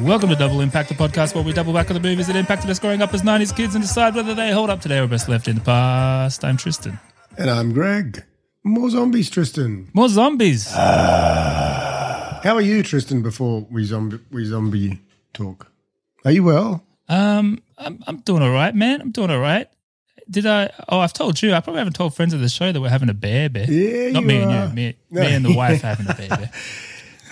Welcome to Double Impact, the podcast where we double back on the movies that impacted us growing up as 90s kids and decide whether they hold up today or best left in the past. I'm Tristan. And I'm Greg. More zombies, Tristan. More zombies. How are you, Tristan, before we zombie, we zombie talk? Are you well? Um, I'm, I'm doing all right, man. I'm doing all right. Did I? Oh, I've told you. I probably haven't told friends of the show that we're having a bear bear. Yeah, Not you me are. and you. Me, No. me and the wife having a bear bear.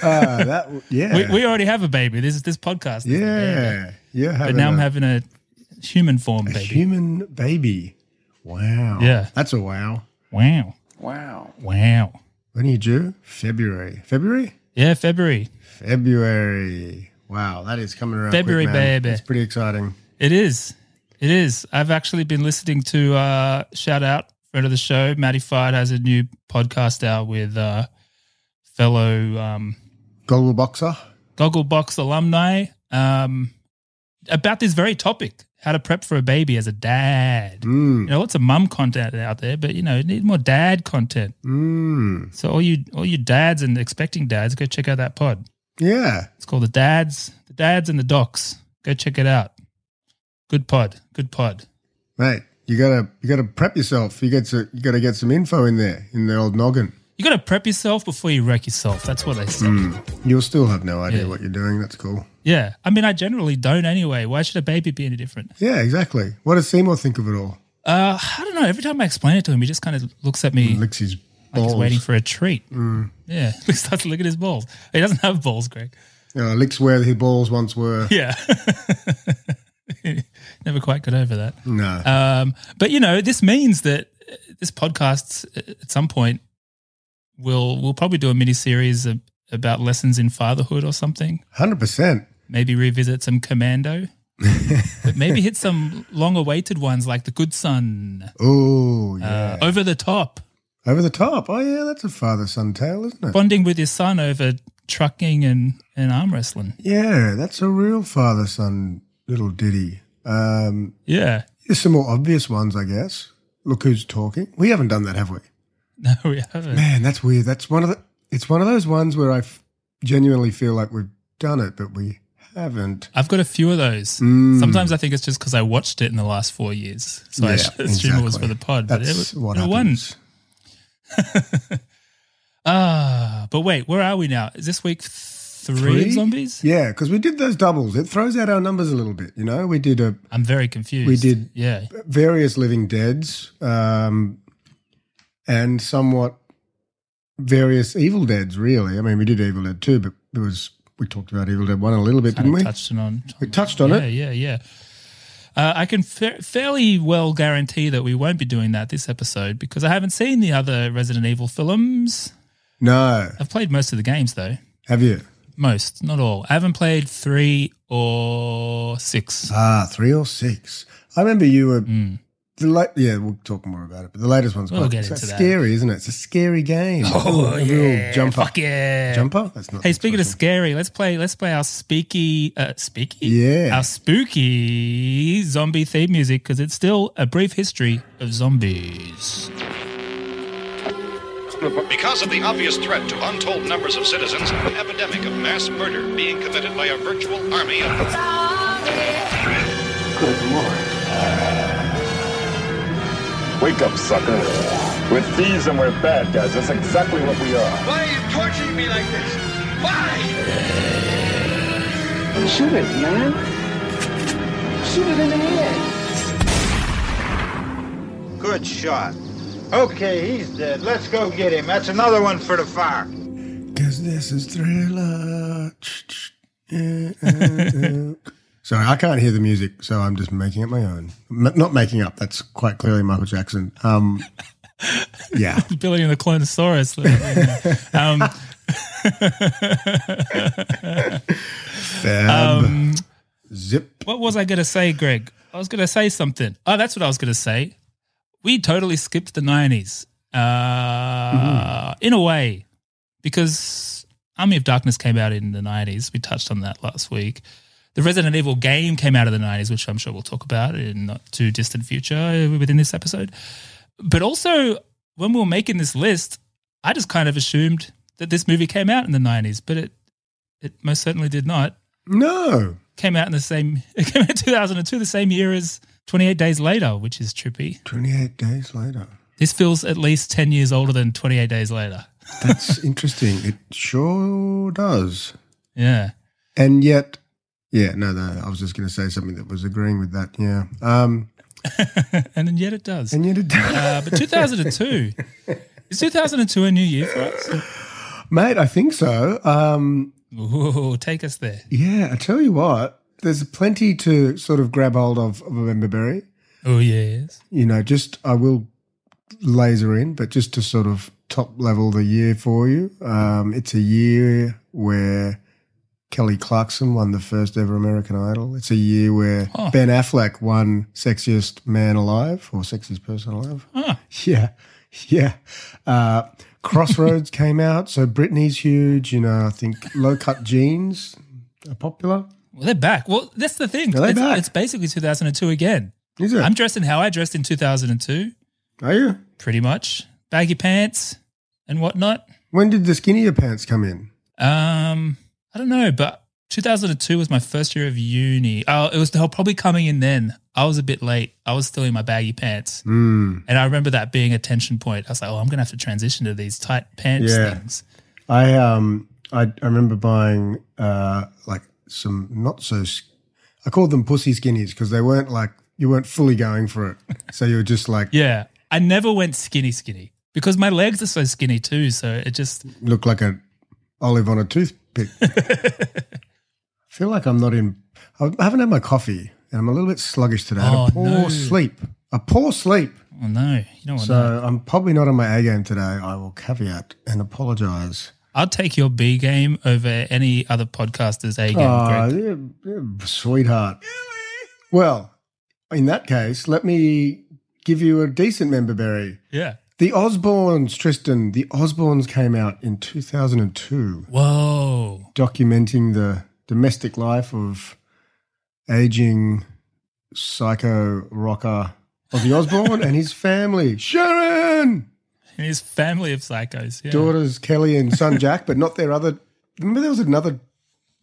Uh, that, yeah. We, we already have a baby. This is this podcast. is a bear bear. yeah. Yeah. But now I'm having a human form a baby. human baby. Wow. Yeah. That's a wow. Wow. Wow. Wow. When are you due? February. February? Yeah, February. February. Wow. That is coming around. quick, February, man. baby. It's pretty exciting. It is. It is. I've actually been listening to uh shout out friend of the show, Matty Fide has a new podcast out with uh fellow um Goggle boxer. Gogglebox alumni um about this very topic, how to prep for a baby as a dad. You Mm. know, lots of mum content out there, but you know, you need more dad content. Mm. So all you all you dads and expecting dads, go check out that pod. Yeah. It's called the Dads, the Dads and the Docs. Go check it out. Good pod. Good pod. Mate, you gotta you gotta prep yourself. You get to you gotta get some info in there in the old noggin. You gotta prep yourself before you wreck yourself. That's what I say. You'll still have no idea Yeah. what you're doing. That's cool. Yeah. I mean, I generally don't anyway. Why should a baby be any different? Yeah, exactly. What does Seymour think of it all? Uh, I don't know. Every time I explain it to him, he just kind of looks at me Licks his like balls. he's waiting for a treat. Yeah. He starts to look at his balls. He doesn't have balls, Greg. Uh, licks where his balls once were. Yeah. Never quite got over that. No. Um, but you know, this means that uh, this podcast uh, at some point will we'll probably do a mini series of, about lessons in fatherhood or something. Hundred percent. Maybe revisit some Commando, but maybe hit some long-awaited ones like The Good Son, Oh uh, yeah. Over the Top, Over the top. Oh yeah, that's a father son tale, isn't it? bonding with your son over trucking and and arm wrestling. yeah, that's a real father son little ditty. Um, Yeah, there's some more obvious ones, I guess. Look who's talking. We haven't done that, have we? no, we haven't. Man, that's weird. That's one of the. It's one of those ones where I f- genuinely feel like we've done it, but we haven't. I've got a few of those. Mm. Sometimes I think it's just because I watched it in the last four years, so I Yeah, assume it was exactly. for the pod. That's but it, was what it won. happens. Ah, but wait, where are we now? Is this week three, of zombies? Yeah, because we did those doubles. It throws out our numbers a little bit. You know, we did a I'm very confused. We did- yeah. various living deads, um, and somewhat various evil deads. Really, I mean, we did Evil Dead too, but it was we talked about Evil Dead one a little bit, Kind didn't of we? touched on- on. We touched on yeah, it. yeah, yeah. Uh, I can fa- fairly well guarantee that we won't be doing that this episode because I haven't seen the other Resident Evil films. No, I've played most of the games though. have you? Most, not all. I haven't played three or six. Ah, three or six. I remember you were. The late, yeah, we'll talk more about it. But the latest one's quite Hmm. We'll get it's into that. scary, isn't it? It's a scary game. Oh, a real jumper. Fuck yeah. Jumper? That's not. Hey, the speaking of expression. scary, let's play. Let's play our speaky, uh, speaky, Yeah. our spooky zombie theme music because it's still a brief history of zombies. Because of the obvious threat to untold numbers of citizens, an epidemic of mass murder being committed by a virtual army of Wake up, sucker. We're thieves and we're bad guys. That's exactly what we are. Why are you torturing me like this? Why? Shoot it, man. Shoot it in the head. Good shot. Okay, he's dead. Let's go get him. That's another one for the fire. Cause this is thriller. Sorry, I can't hear the music, so I'm just making it my own. M- not making up. That's quite clearly Michael Jackson. Um, yeah, Billy and the Clonosaurus. um, fab. Um, Zip. what was I going to say, Greg? I was going to say something. Oh, that's what I was going to say. We totally skipped the nineties uh, in a way because Army of Darkness came out in the nineties. We touched on that last week. The Resident Evil game came out of the nineties, which I'm sure we'll talk about in not too distant future uh, within this episode. But also, when we were making this list, I just kind of assumed that this movie came out in the nineties, but it it most certainly did not. No. Came out in the same, it came out in 2002, the same year as 28 Days Later, which is trippy. 28 days later. This feels at least 10 years older than 28 Days Later. That's interesting. It sure does. Yeah. And yet, yeah, no, no, I was just going to say something that was agreeing with that. Yeah. Um, and then yet it does. and yet it does. Uh, but 2002, is 2002 a new year for us? Mate, I think so. Um, Ooh, take us there. yeah, I tell you what, there's plenty to sort of grab hold of, of Remember Berry. Oh, yes. you know, just I will laser in, but just to sort of top level the year for you, um, it's a year where Kelly Clarkson won the first ever American Idol. It's a year where Huh. Ben Affleck won Sexiest Man Alive or Sexiest Person Alive. Huh. Yeah, yeah. Uh, Crossroads came out, so Britney's huge. You know, I think low cut jeans are popular. Well, they're back. Well, that's the thing. Are they it's, back? it's basically 2002 again. Is it? I'm dressed in how I dressed in 2002, are you? pretty much. Baggy pants and whatnot. When did the skinnier pants come in? Um, I don't know, but 2002 was my first year of uni. Oh, it was they were probably coming in then. I was a bit late. I was still in my baggy pants, Hmm. and I remember that being a tension point. I was like, "Oh, I'm gonna have to transition to these tight pants Yeah. things." I um I, I remember buying uh like some not so s- I called them pussy skinnies because they weren't like you weren't fully going for it, so you were just like Yeah, I never went skinny skinny because my legs are so skinny too. So it just oh, look like an olive on a toothpick. I feel like I'm not in. I haven't had my coffee and I'm a little bit sluggish today. I had Oh, a poor no. sleep. A poor sleep. oh no, you don't want So that. I'm probably not on my A game today. I will caveat and apologize. I'll take your B game over any other podcaster's A game. Ah, Greg. yeah, yeah, sweetheart. Well, in that case, let me give you a decent member berry. Yeah. The Osbournes, Tristan. The Osbournes came out in 2002, Whoa. documenting the domestic life of aging psycho rocker Ozzy Osbourne and his family. Sharon! And his family of psychos. Yeah. daughters Kelly and son Jack, but not their other. Remember, there was another.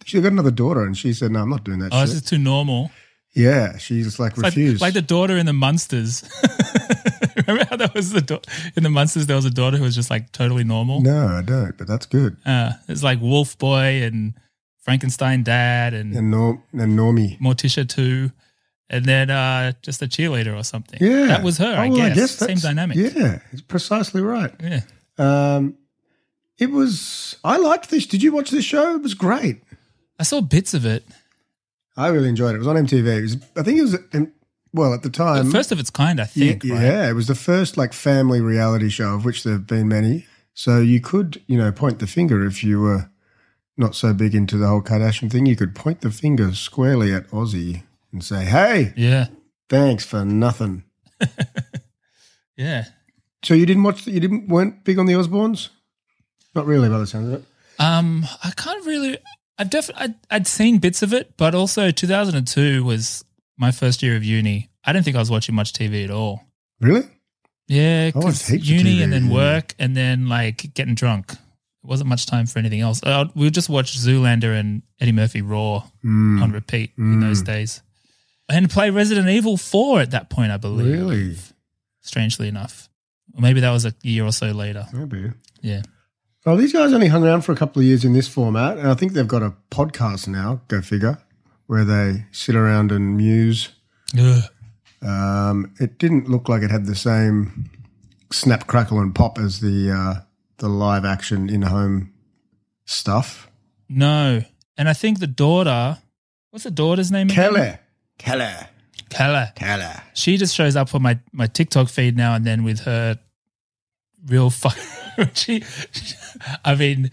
She got another daughter, and she said, "No, I'm not doing that Oh, shit." this is too normal. yeah, she's like Like, refused. like the daughter in the Munsters. Remember how that was the da- in the Munsters? There was a daughter who was just like totally normal. no, I don't. But that's good. Uh, it's like Wolf Boy and Frankenstein Dad and And norm and normie. Morticia too, and then uh, just a cheerleader or something. Yeah, that was her. Oh, I, well, guess. same that's- dynamic. Yeah, it's precisely right. yeah. Um, it was. I liked this. Did you watch this show? It was great. I saw bits of it. I really enjoyed it. It was on MTV. It was, I think it was. um, Well, at the The time, first of its kind, I think. Um, yeah, right? yeah, it was the first like family reality show of which there have been many. So you could, you know, point the finger if you were not so big into the whole Kardashian thing. You could point the finger squarely at Aussie and say, "Hey, Yeah. thanks for nothing." Yeah. So you didn't watch? The, you didn't weren't big on the Osbournes? Not really, by the sound of it. Um, I can't really. I've definitely I'd, I'd seen bits of it, but also 2002 was my first year of uni. I don't think I was watching much TV at all. Really? Yeah, watched 'cause heaps of uni TV, and then yeah. work and then like getting drunk. It wasn't much time for anything else. Uh, we would just watch Zoolander and Eddie Murphy Raw Mm. on repeat in those days, and play Resident Evil 4 at that point, I believe. Really? Strangely enough, or maybe that was a year or so later. Maybe. Yeah. Well, these guys only hung around for a couple of years in this format, and I think they've got a podcast now. Go figure, where they sit around and muse. Ugh. Um, it didn't look like it had the same snap, crackle, and pop as the uh, the live action in home stuff. No, and I think the daughter. What's the daughter's name? again? Kelly, Kelly, Kala. Kelly. She just shows up on my, my TikTok feed now and then with her real fuck. she, I mean,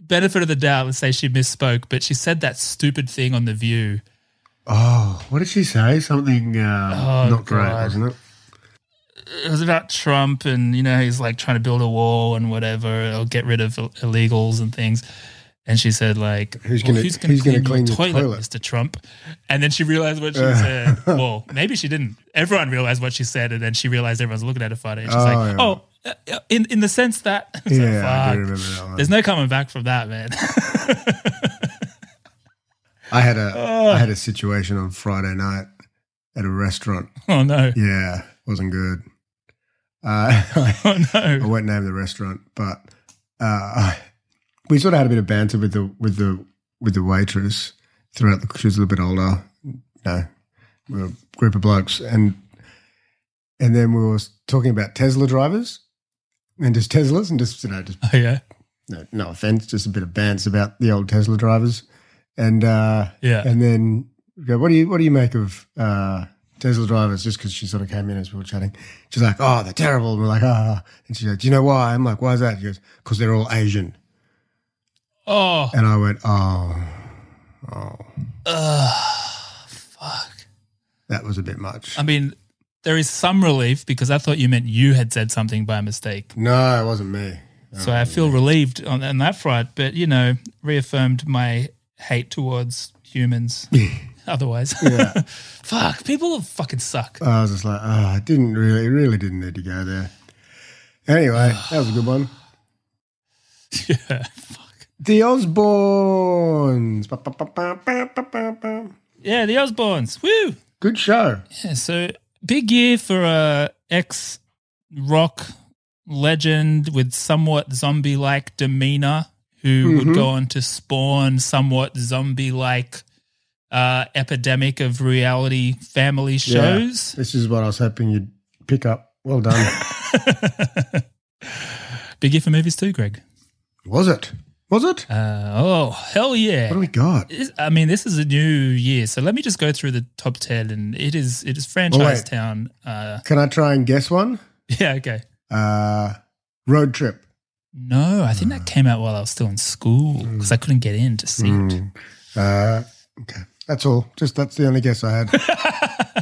benefit of the doubt, let's say she misspoke, but she said that stupid thing on The View. Oh, what did she say? Something uh, Oh, not great, God. wasn't it? It was about Trump and, you know, he's like trying to build a wall and whatever, or get rid of illegals and things. And she said, like, Who's well, gonna- gonna who's gonna clean your toilet? Uh. Mr. Trump? And then she realized what she said. Well, maybe she didn't. Everyone realized what she said, and then she realized everyone's looking at her funny. And she's Oh, like, yeah. "Oh, uh, uh, in in the sense that." It's like, Yeah, fuck. I do remember that one. There's no coming back from that, man. I had a I had a situation on Friday night at a restaurant. Oh no. Yeah, wasn't good. Uh, Oh I no. won't name the restaurant, but uh, we sort of had a bit of banter with the with the with the waitress throughout the. She was a little bit older, you know, we were a group of blokes, and and then we were talking about Tesla drivers and just Teslas and just you know just Oh yeah. no, no offense, just a bit of bants about the old Tesla drivers, and uh, Yeah. and then we go, what do you what do you make of uh, Tesla drivers? Just because she sort of came in as we were chatting, she's like, oh, they're terrible. And we're like, ah, and she's like, do you know why? I'm like, why is that? She goes, because they're all Asian. Oh And I went, oh, oh, fuck. that was a bit much. I mean, there is some relief because I thought you meant you had said something by mistake. no, it wasn't me. So I feel relieved on, on that front, but you know, reaffirmed my hate towards humans. Otherwise, fuck, people fucking suck. I was just like, oh, I didn't really, really didn't need to go there. Anyway, that was a good one. yeah, fuck. The Osbournes. Ba, ba, ba, ba, ba, ba, ba, ba. Yeah, the Osbournes. Woo. Good show. Yeah, so big year for a ex rock legend with somewhat zombie like demeanor who would go on to spawn somewhat zombie like uh, epidemic of reality family shows. This is what I was hoping you'd pick up. Well done. Big year for movies too, Greg. was it? Was it? Uh, oh, hell yeah. What do we got? Is- I mean, this is a new year, so let me just go through the top ten, and it is it is franchise town. Uh, Can I try and guess one? yeah, okay. Uh, road trip. No, I think that came out while I was still in school because I couldn't get in to see it. Uh, okay. That's all. Just that's the only guess I had.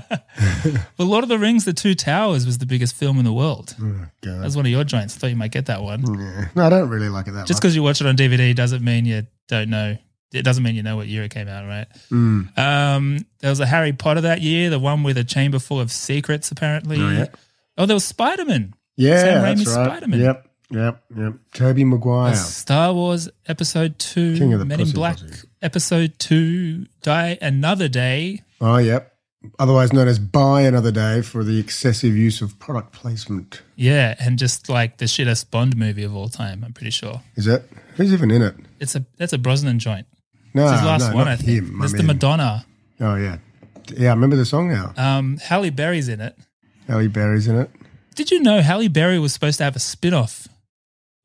Well, Lord of the Rings: The Two Towers was the biggest film in the world. Oh, That God. was one of your joints. Thought you might get that one. Yeah. No, I don't really like it that Just much. because you watch it on DVD doesn't mean you don't know. It doesn't mean you know what year it came out, right? Mm. Um, there was a Harry Potter that year, the one with a chamber full of secrets, apparently. Oh, yeah. Oh, there was Spider Man. Yeah, Sam that's Raimi's right. Spider-Man. Yep, yep, yep. Toby Maguire. Star Wars Episode Two, King of the Men Pussy in Black Pussy. Episode Two, Die Another Day. Oh, yep. Otherwise known as Buy Another Day for the excessive use of product placement. Yeah, and just like the shittest Bond movie of all time, I'm pretty sure. Is it? Who's even in it? It's a that's a Brosnan joint. No, It's his last Ah, no, one, not I think. him. I That's the mean- Madonna. Oh yeah, yeah. I remember the song now. Um, Halle Berry's in it. Halle Berry's in it. Did you know Halle Berry was supposed to have a spin-off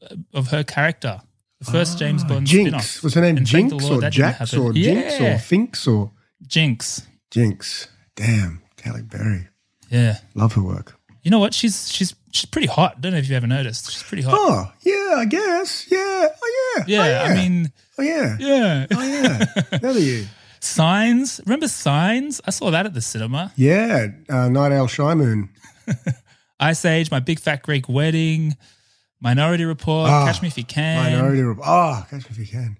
uh, of her character? The first James Bond Jinx spin-off. was her name. And thank the Jinx Lord or that didn't Jax happen. or Jinx Yeah. or Finks or Jinx. Jinx. Damn, Halle Berry. Yeah. Love her work. You know what? She's she's she's pretty hot. Don't know if you've ever noticed. She's pretty hot. Oh yeah, I guess. Yeah. Oh yeah. yeah, Oh, I mean, Oh yeah. yeah. Oh yeah. Another you. Signs. Remember Signs? I saw that at the cinema. Yeah. Uh, Night Owl Shy Moon. Ice Age, My Big Fat Greek Wedding, Minority Report, Ah, Catch Me If You Can, Minority Report. Oh, catch me if you can.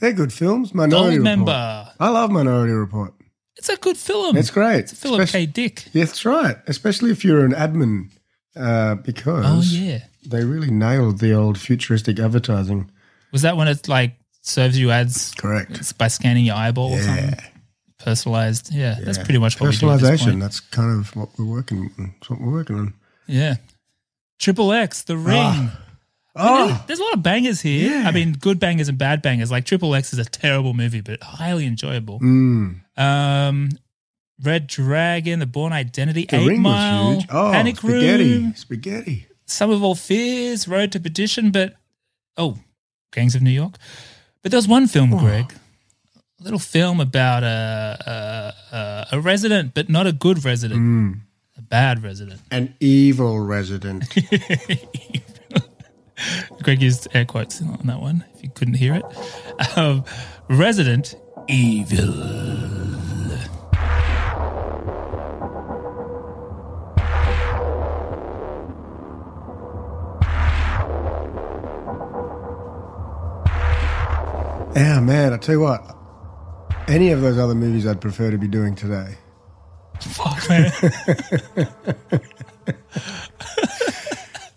They're good films. Minority Gold Report. Member. I love Minority Report. It's a good film. It's great. It's a Philip Especially- K. Dick. Yeah, that's right. Especially if you're an admin, uh, because Oh yeah. they really nailed the old futuristic advertising. Was that when it like serves you ads Correct. It's by scanning your eyeball or something? Personalized. Yeah, that's pretty much what we do at this Personalization. point. That's kind of what we're working. That's what we're working on. Yeah. Triple X, The Ring. Oh, There's- There's a lot of bangers here. Ah. Yeah. I mean, good bangers and bad bangers. Like Triple X is a terrible movie, but highly enjoyable. mm. Um, Red Dragon, The Born Identity, the Eight ring Mile, was huge. Oh, Panic spaghetti, Room, spaghetti. Some of All Fears, Road to Perdition, but oh, Gangs of New York. But there was one film, Greg, a little film about a a, a, a resident, but not a good resident, a bad resident. An evil resident. Greg used air quotes on that one. If you couldn't hear it, um, resident evil. yeah, man. I tell you what. Any of those other movies, I'd prefer to be doing today. Fuck man.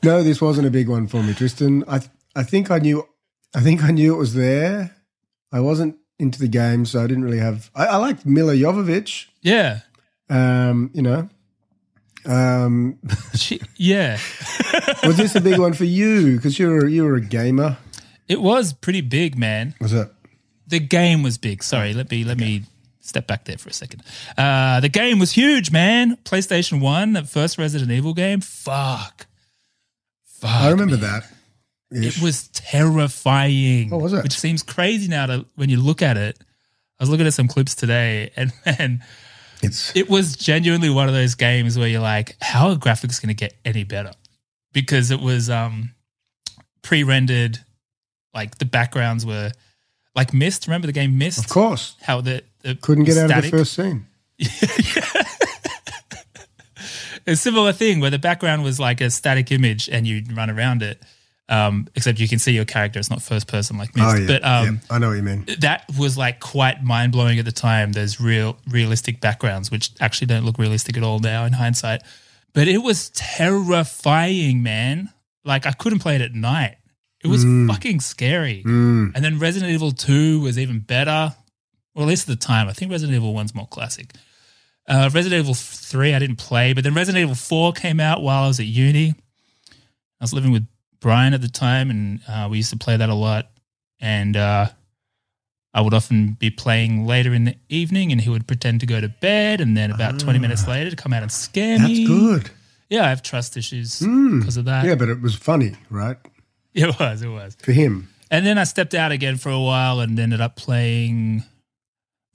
No, this wasn't a big one for me, Tristan. I I think I knew I think I knew it was there. I wasn't into the game, so I didn't really have. I, I liked Mila Jovovich, Yeah. um, you know. Um, She, yeah. was this a big one for you? Because you're a- you're a gamer. It was pretty big, man. Was it? The game was big. Sorry, let me let me step back there for a second. Uh, the game was huge, man. PlayStation One, that first Resident Evil game. Fuck. Fuck. I remember that. It was terrifying. Oh, was it? Which seems crazy now to, when you look at it. I was looking at some clips today, and man, It's it was genuinely one of those games where you're like, how are graphics going to get any better? Because it was um, pre-rendered, like the backgrounds were like Mist. Remember the game Mist? of course How the, the couldn't get out of static- the first scene. a similar thing where the background was like a static image and you run around it. Um, except you can see your character; it's not first person like Mist. Oh yeah, but um, yeah, I know what you mean. that was like quite mind blowing at the time. There's real realistic backgrounds, which actually don't look realistic at all now in hindsight. But it was terrifying, man. Like I couldn't play it at night. It was Mm. fucking scary. And then Resident Evil 2 was even better. Well, at least at the time. I think Resident Evil 1's more classic. Uh, Resident Evil 3 I didn't play, but then Resident Evil 4 came out while I was at uni. I was living with Brian at the time, and uh, we used to play that a lot. And uh, I would often be playing later in the evening, and he would pretend to go to bed, and then about twenty minutes later, to come out and scare Ah. That's me. good. Yeah, I have trust issues Mm. because of that. Yeah, but it was funny, right? It was, it was. For him. And then I stepped out again for a while and ended up playing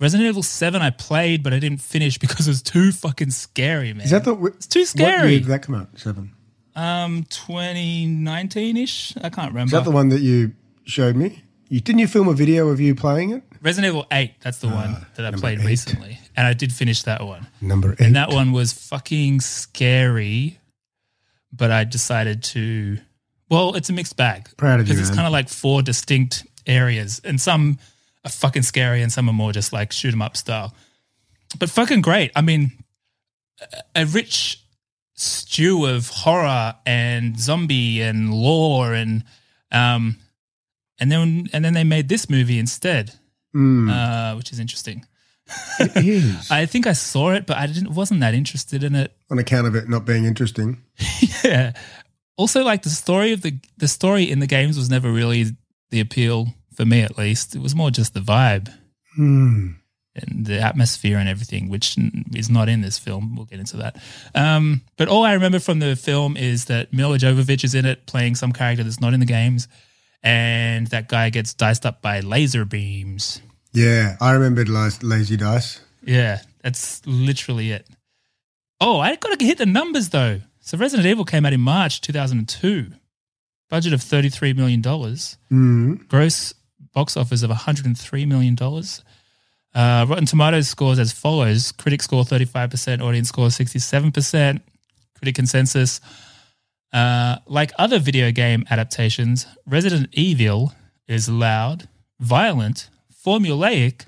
Resident Evil Seven. I played, but I didn't finish because it was too fucking scary, man. Is that the? It's too What scary. year did that come out? Seven. um, twenty nineteen ish? I can't remember. Is that the one that you showed me? You didn't you film a video of you playing it? Resident Evil Eight. That's the one that I played Ah, eight. recently, and I did finish that one. Number eight. And that one was fucking scary, but I decided to. Well, it's a mixed bag. Proud of you, Because it's man. kind of like four distinct areas, and some are fucking scary, and some are more just like shoot 'em up style. But fucking great. I mean, a- a rich stew of horror and zombie and lore and um, and then and then they made this movie instead, Hmm. uh, which is interesting. It is. I think I saw it, but I didn't wasn't that interested in it. On account of it not being interesting. yeah. Also, like the story of the the story in the games was never really the appeal for me, at least. It was more just the vibe Hmm. and the atmosphere and everything, which n- is not in this film. We'll get into that. Um, but all I remember from the film is that Mila Jovovich is in it playing some character that's not in the games, and that guy gets diced up by laser beams. Yeah, I remembered last Lazy Dice. Yeah, that's literally it. Oh, I got to hit the numbers though. So Resident Evil came out in March 2002. Budget of $33 million. Gross box office of $103 million. Uh, Rotten Tomatoes scores as follows. Critic score 35%, audience score 67%. Critic consensus. Uh, like other video game adaptations, Resident Evil is loud, violent, formulaic,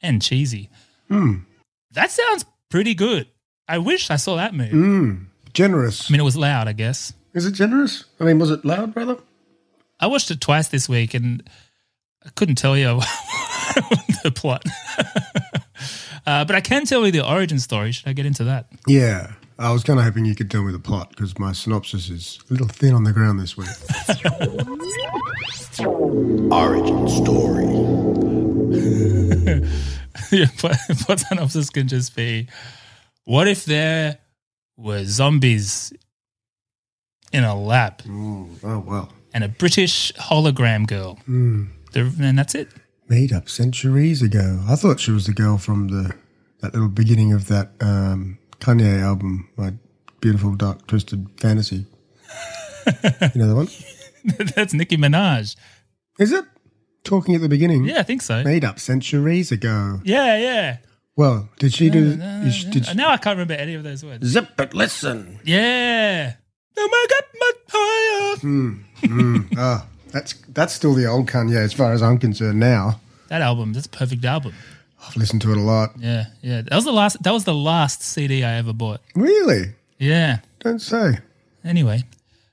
and cheesy. That sounds pretty good. I wish I saw that movie. Generous. I mean, it was loud, I guess. is it generous? I mean, was it loud, brother? I watched it twice this week and I couldn't tell you the plot. uh, but I can tell you the origin story. Should I get into that? Yeah. I was kind of hoping you could tell me the plot because my synopsis is a little thin on the ground this week. Origin story. yeah, plot, plot synopsis can just be what if there were zombies in a lab oh, well. and a British hologram girl? The- and that's it. Made up centuries ago. I thought she was the girl from the that little beginning of that um, Kanye album, My Beautiful Dark Twisted Fantasy. you know the one? that's Nicki Minaj. Is it? Talking at the beginning. Yeah, I think so. Made up centuries ago. Yeah, yeah. Well, did she do? is she- did she, now I can't remember any of those words. Zip it, listen. Yeah. No, my God, my fire. ah, that's that's still the old Kanye, as far as I'm concerned. Now That album, that's a perfect album. I've listened to it a lot. Yeah, yeah. That was the last. That was the last CD I ever bought. Really? Yeah. Don't say. Anyway,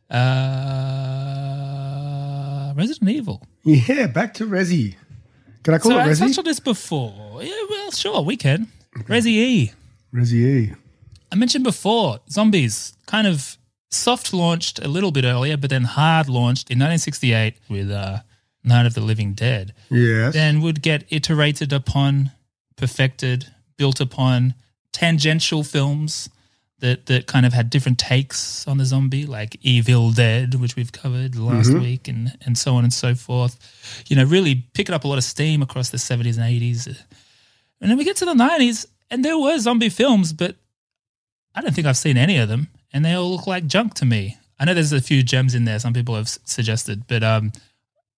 uh, Resident Evil. Yeah, back to Resi. Can I call So it I Oh, Resi? touched on this before. Yeah, well, sure, we can. Resi E. Resi E. I mentioned before, zombies kind of soft launched a little bit earlier, but then hard launched in 1968 with uh, Night of the Living Dead. Yes. Then would get iterated upon, perfected, built upon tangential films that that kind of had different takes on the zombie, like Evil Dead, which we've covered last week, and and so on and so forth. You know, really picking up a lot of steam across the 70s and 80s. And then we get to the 90s, and there were zombie films, but I don't think I've seen any of them, and they all look like junk to me. I know there's a few gems in there. Some people have s- suggested, but um,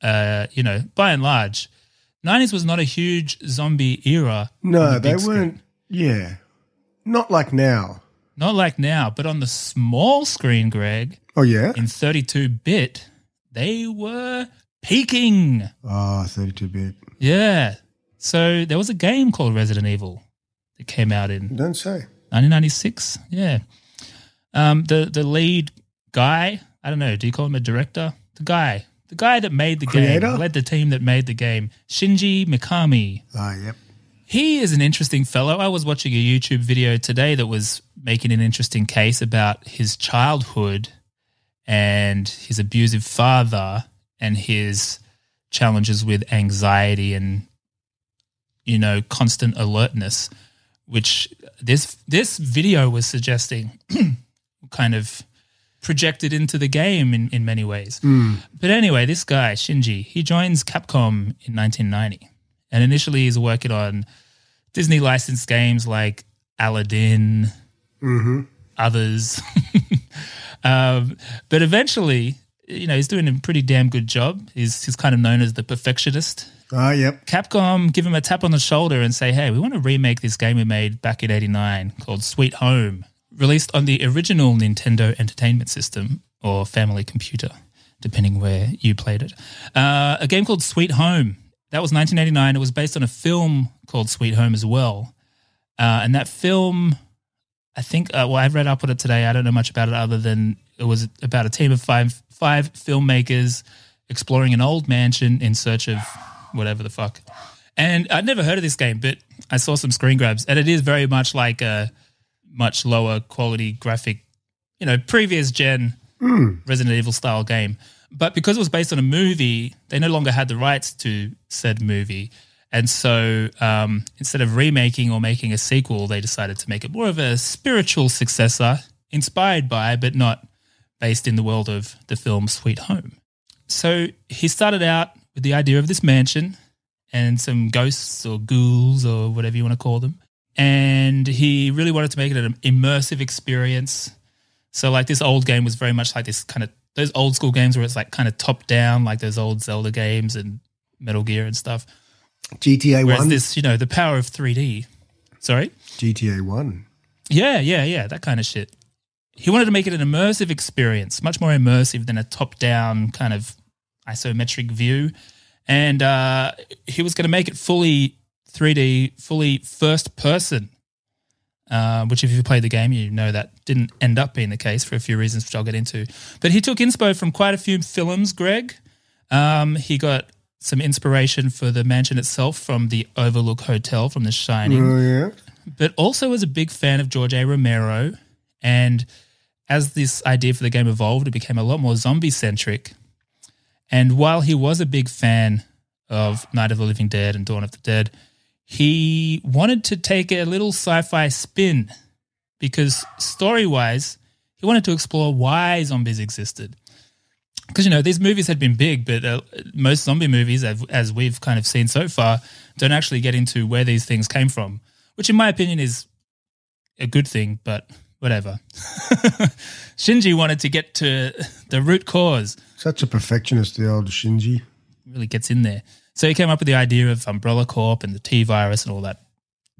uh, you know, by and large, 90s was not a huge zombie era. on No, the they big screen. weren't. Yeah. Not like now. Not like now, but on the small screen, Greg, Oh, yeah? in 32 bit, they were peaking. Oh, 32 bit. Yeah. So there was a game called Resident Evil that came out in Don't say. 1996. Yeah. Um, the the lead guy, I don't know, do you call him a director? The guy, the guy that made the Creator? game, led the team that made the game, Shinji Mikami. Ah, yep. He is an interesting fellow. I was watching a YouTube video today that was making an interesting case about his childhood and his abusive father and his challenges with anxiety and you know constant alertness which this this video was suggesting kind of projected into the game in, in many ways but anyway this guy shinji he joins capcom in 1990 and initially he's working on disney licensed games like aladdin others. um, but eventually, you know, he's doing a pretty damn good job. He's, he's kind of known as the perfectionist. Ah, yep. Capcom give him a tap on the shoulder and say, hey, we want to remake this game we made back in 89 called Sweet Home, released on the original Nintendo Entertainment System or family computer, depending where you played it. Uh, a game called Sweet Home. That was 1989. It was based on a film called Sweet Home as well. Uh, and that film, I think, uh, well, I've read up on it today. I don't know much about it other than it was about a team of five five filmmakers exploring an old mansion in search of whatever the fuck. And I'd never heard of this game, but I saw some screen grabs, and it is very much like a much lower quality graphic, you know, previous gen Resident Evil style game. But because it was based on a movie, they no longer had the rights to said movie. And so um, instead of remaking or making a sequel, they decided to make it more of a spiritual successor, inspired by, but not based in the world of the film Sweet Home. So he started out with the idea of this mansion and some ghosts or ghouls or whatever you want to call them. And he really wanted to make it an immersive experience. So like this old game was very much like this kind of those old school games where it's like kind of top down, like those old Zelda games and Metal Gear and stuff. GTA Whereas 1. this, you know, the power of 3D. Sorry. GTA 1. Yeah, yeah, yeah, that kind of shit. He wanted to make it an immersive experience, much more immersive than a top down kind of isometric view. And uh, he was going to make it fully 3D, fully first person, uh, which, if you played the game, you know that didn't end up being the case for a few reasons, which I'll get into. But he took inspo from quite a few films, Greg. Um, he got some inspiration for the mansion itself from the Overlook Hotel from The Shining Oh, yeah. but also was a big fan of George A. Romero. And as this idea for the game evolved, it became a lot more zombie centric. And while he was a big fan of Night of the Living Dead and Dawn of the Dead, he wanted to take a little sci fi spin because story wise, he wanted to explore why zombies existed. Because, you know, these movies had been big, but uh, most zombie movies, as, as we've kind of seen so far, don't actually get into where these things came from, which, in my opinion, is a good thing, but whatever. Shinji wanted to get to the root cause Such a perfectionist, the old Shinji. really gets in there. So he came up with the idea of Umbrella Corp and the T virus and all that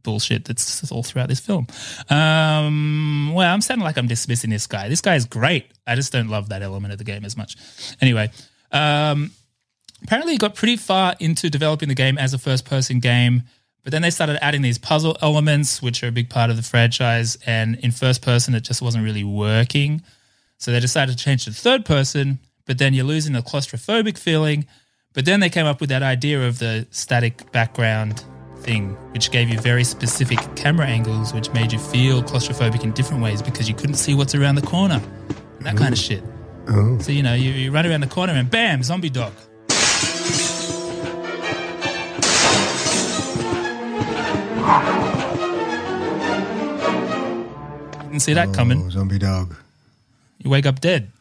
bullshit that's all throughout this film. Um, well, I'm sounding like I'm dismissing this guy. This guy is great. I just don't love that element of the game as much. Anyway, um, apparently he got pretty far into developing the game as a first person game. But then they started adding these puzzle elements, which are a big part of the franchise. And in first person, it just wasn't really working. So they decided to change to third person, but then you're losing the claustrophobic feeling. But then they came up with that idea of the static background thing, which gave you very specific camera angles, which made you feel claustrophobic in different ways because you couldn't see what's around the corner. and That kind of shit. Oh. So, you know, you, you run around the corner and bam, zombie dog. Didn't see that coming. Oh, zombie dog. You wake up dead.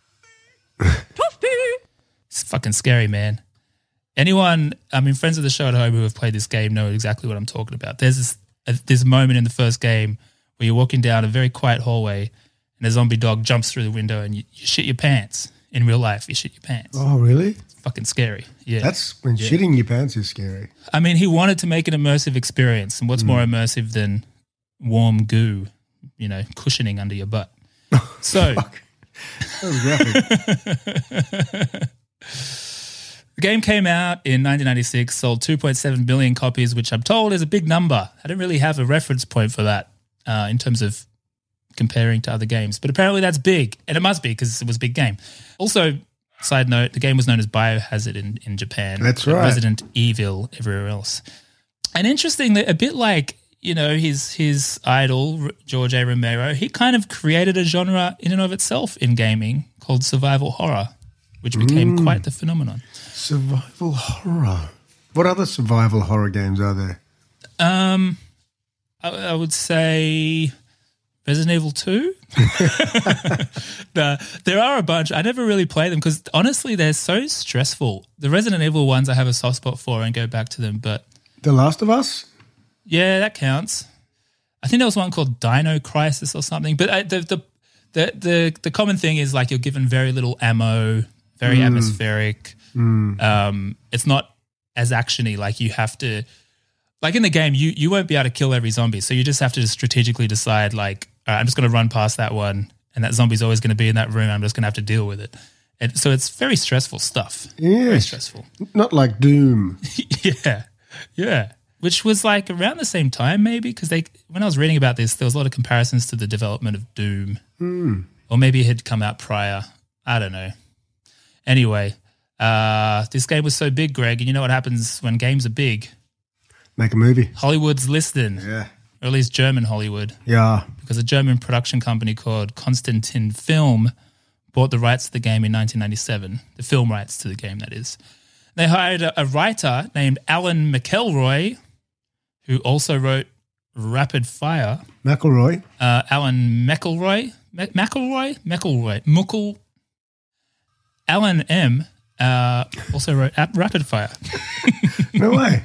it's fucking scary, man. Anyone, I mean, friends of the show at home who have played this game know exactly what I'm talking about. There's this uh, this moment in the first game where you're walking down a very quiet hallway and a zombie dog jumps through the window and you, you shit your pants. In real life, you shit your pants. Oh, really? Fucking scary. Yeah. That's when shitting your pants is scary. I mean, he wanted to make an immersive experience, and what's Hmm. more immersive than warm goo, you know, cushioning under your butt? So That was graphic. the game came out in 1996, sold 2.7 billion copies, which I'm told is a big number. I don't really have a reference point for that uh, in terms of comparing to other games, but apparently that's big, and it must be because it was a big game. Also, side note, the game was known as Biohazard in, in Japan. That's but right. Resident Evil everywhere else. And interesting that a bit like you know his his idol R- George A. Romero, he kind of created a genre in and of itself in gaming called survival horror, which became Mm. quite the phenomenon. survival horror. What other survival horror games are there? Um, I, I would say Resident Evil Two. the, there are a bunch. I never really play them because honestly, they're so stressful. The Resident Evil ones I have a soft spot for and go back to them, but The Last of Us? Yeah, that counts. I think there was one called Dino Crisis or something. But I, the, the the the the common thing is like you're given very little ammo, very atmospheric. Um, it's not as actiony. Like you have to, like in the game, you you won't be able to kill every zombie, so you just have to strategically decide. Like all right, I'm just going to run past that one, and that zombie's always going to be in that room. I'm just going to have to deal with it. And so it's very stressful stuff. Very Yes. stressful Not like Doom. yeah, yeah. Which was like around the same time, maybe, because they when I was reading about this, there was a lot of comparisons to the development of Doom, or maybe it had come out prior. I don't know. Anyway, uh, this game was so big, Greg, and you know what happens when games are big? Make a movie. Hollywood's listening, Yeah. or at least German Hollywood, Yeah. because a German production company called Konstantin Film bought the rights to the game in 1997, the film rights to the game, that is. They hired a, a writer named Alan McElroy, who also wrote Rapid Fire. McElroy. Uh, Alan McElroy, Me- McElroy, McElroy, Muckle. Alan M. Uh, also wrote Ap- Rapid Fire. No way.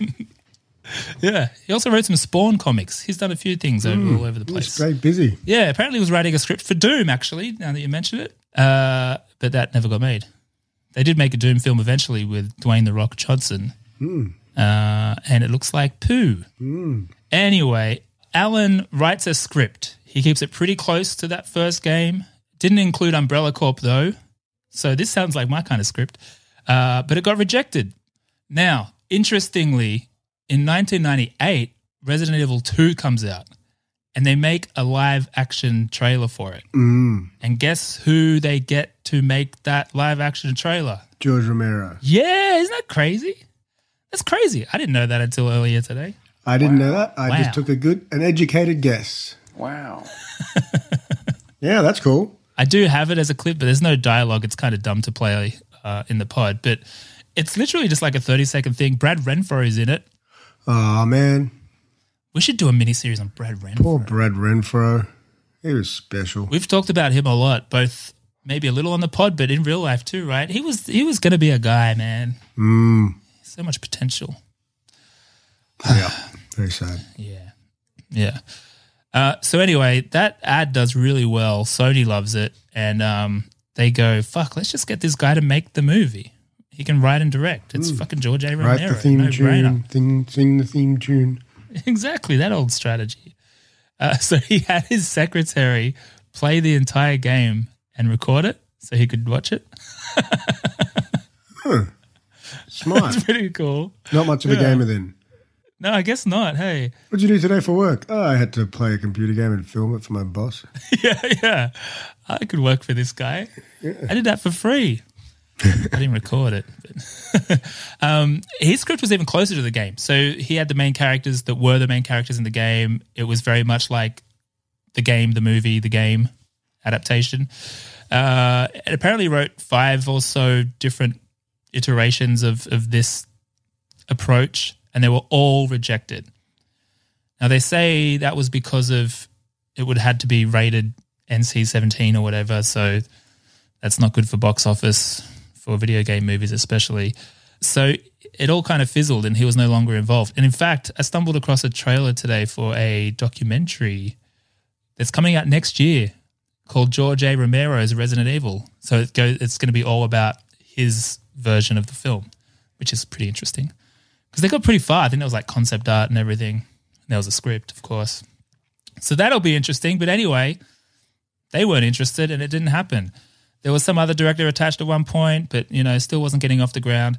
Yeah, he also wrote some Spawn comics. He's done a few things over, all over the place. He's very busy. Yeah, apparently he was writing a script for Doom, actually, now that you mention it. Uh, but that never got made. They did make a Doom film eventually with Dwayne The Rock Johnson. Uh, and it looks like poo. Anyway, Alan writes a script. He keeps it pretty close to that first game. Didn't include Umbrella Corp, though. So this sounds like my kind of script. Uh, but it got rejected. Now, interestingly, in 1998, Resident Evil 2 comes out and they make a live action trailer for it. And guess who they get to make that live action trailer? George Romero. Yeah, isn't that crazy? That's crazy. I didn't know that until earlier today. I didn't know that. I Wow. just took a good, an educated guess. Wow. Yeah, that's cool. I do have it as a clip, but there's no dialogue. It's kind of dumb to play uh, in the pod, but it's literally just like a 30 second thing. Brad Renfro is in it. Oh, man. We should do a mini series on Brad Renfro. Poor Brad Renfro. He was special. We've talked about him a lot, both maybe a little on the pod, but in real life too, right? He was he was going to be a guy, man. So much potential. yeah. Very sad. Yeah. Yeah. Uh, so anyway, that ad does really well. Sony loves it, and um, they go, "Fuck, let's just get this guy to make the movie. He can write and direct. It's fucking George A. Romero. Write the theme no tune. brainer. Thing, sing the theme tune. exactly that old strategy." Uh, so he had his secretary play the entire game and record it so he could watch it. Smart. It's pretty cool. Not much of a gamer then. No, I guess not. Hey, What'd you do today for work? Oh, I had to play a computer game and film it for my boss. yeah, yeah, I could work for this guy. I did that for free. I didn't record it. but- um, his script was even closer to the game. So he had the main characters that were the main characters in the game. It was very much like the game, the movie, the game adaptation. Uh, and apparently wrote five or so different iterations of, of this approach, and they were all rejected. Now they say that was because of it would had to be rated NC seventeen or whatever, so that's not good for box office for video game movies especially. So it all kind of fizzled and he was no longer involved. And in fact, I stumbled across a trailer today for a documentary that's coming out next year called George A. Romero's Resident Evil. So it go, it's going to be all about his version of the film, which is pretty interesting. Because they got pretty far. I think there was like concept art and everything. And there was a script, of course. So that'll be interesting. But anyway, they weren't interested and it didn't happen. There was some other director attached at one point, but you know, still wasn't getting off the ground.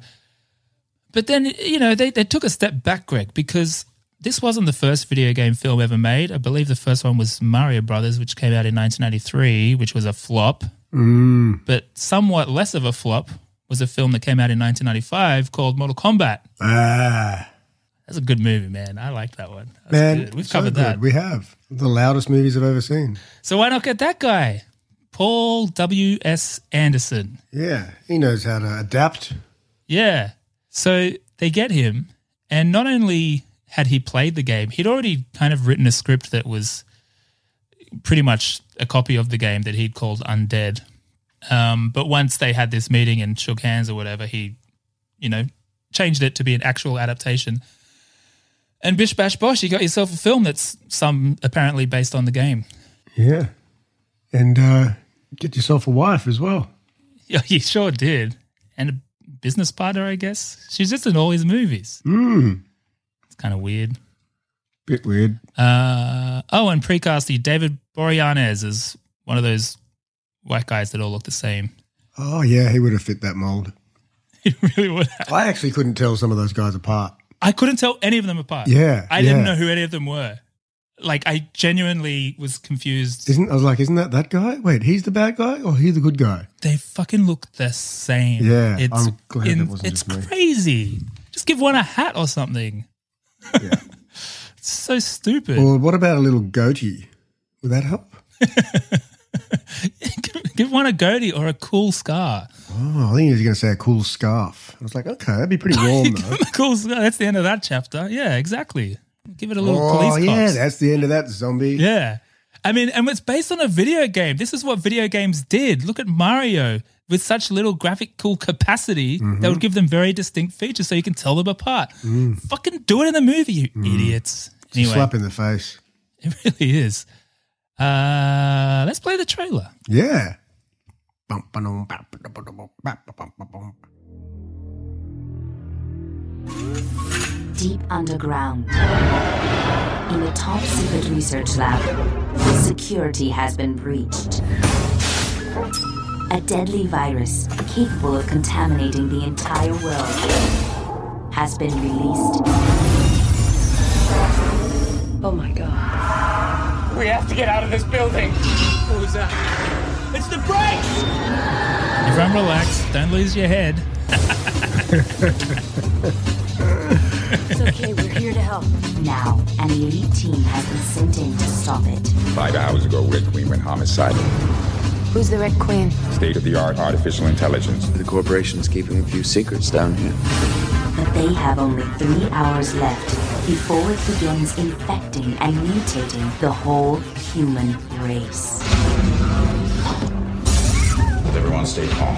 But then, you know, they, they took a step back, Greg, because this wasn't the first video game film ever made. I believe the first one was Mario Brothers, which came out in 1993, which was a flop. Mm. But somewhat less of a flop was a film that came out in 1995 called Mortal Kombat. Ah, That's a good movie, man. I like that one. That's man, good. We've so covered good. that. We have the loudest movies I've ever seen. So why not get that guy? Paul W.S. Anderson. Yeah, he knows how to adapt. Yeah. So they get him. And not only had he played the game, he'd already kind of written a script that was pretty much a copy of the game that he'd called Undead. Um, but once they had this meeting and shook hands or whatever, he, you know, changed it to be an actual adaptation. And bish bash bosh, you got yourself a film that's some apparently based on the game. Yeah, and uh, get yourself a wife as well. Yeah, he sure did. And a business partner, I guess. She's just in all his movies. Hmm. It's kind of weird. Bit weird. Uh, oh, and precasty David Boreanaz is one of those white guys that all look the same. Oh yeah, he would have fit that mold. He really would. I actually couldn't tell some of those guys apart. I couldn't tell any of them apart. Yeah, I didn't yeah. know who any of them were. Like, I genuinely was confused. Isn't I was like, isn't that that guy? Wait, he's the bad guy or he's the good guy? They fucking look the same. Yeah, I'm glad that wasn't It's just me. crazy. Just give one a hat or something. Yeah. It's so stupid. Or what about a little goatee? Would that help? give, give one a goatee or a cool scar. Oh, I think he was going to say a cool scarf. I was like, okay, that'd be pretty warm though. cool scar. That's the end of that chapter. Yeah, exactly. Give it a little oh police yeah, cops. Yeah, that's the end of that zombie. I mean, and it's based on a video game. This is what video games did. Look at Mario with such little graphical capacity Mm-hmm. that would give them very distinct features so you can tell them apart. Fucking do it in the movie, you idiots. Anyway, Mm. slap in the face. it really is. Uh, let's play the trailer. Yeah. deep underground. In a top secret research lab, security has been breached. A deadly virus capable of contaminating the entire world has been released. Oh my god. Everyone relax. Don't lose your head. It's okay, we're here to help. Now, an elite team has been sent in to stop it. Five hours ago, Red Queen went homicidal. Who's the Red Queen? State of the art artificial intelligence. The corporation's keeping a few secrets down here. But they have only three hours left before it begins infecting and mutating the whole human race. Everyone stay calm.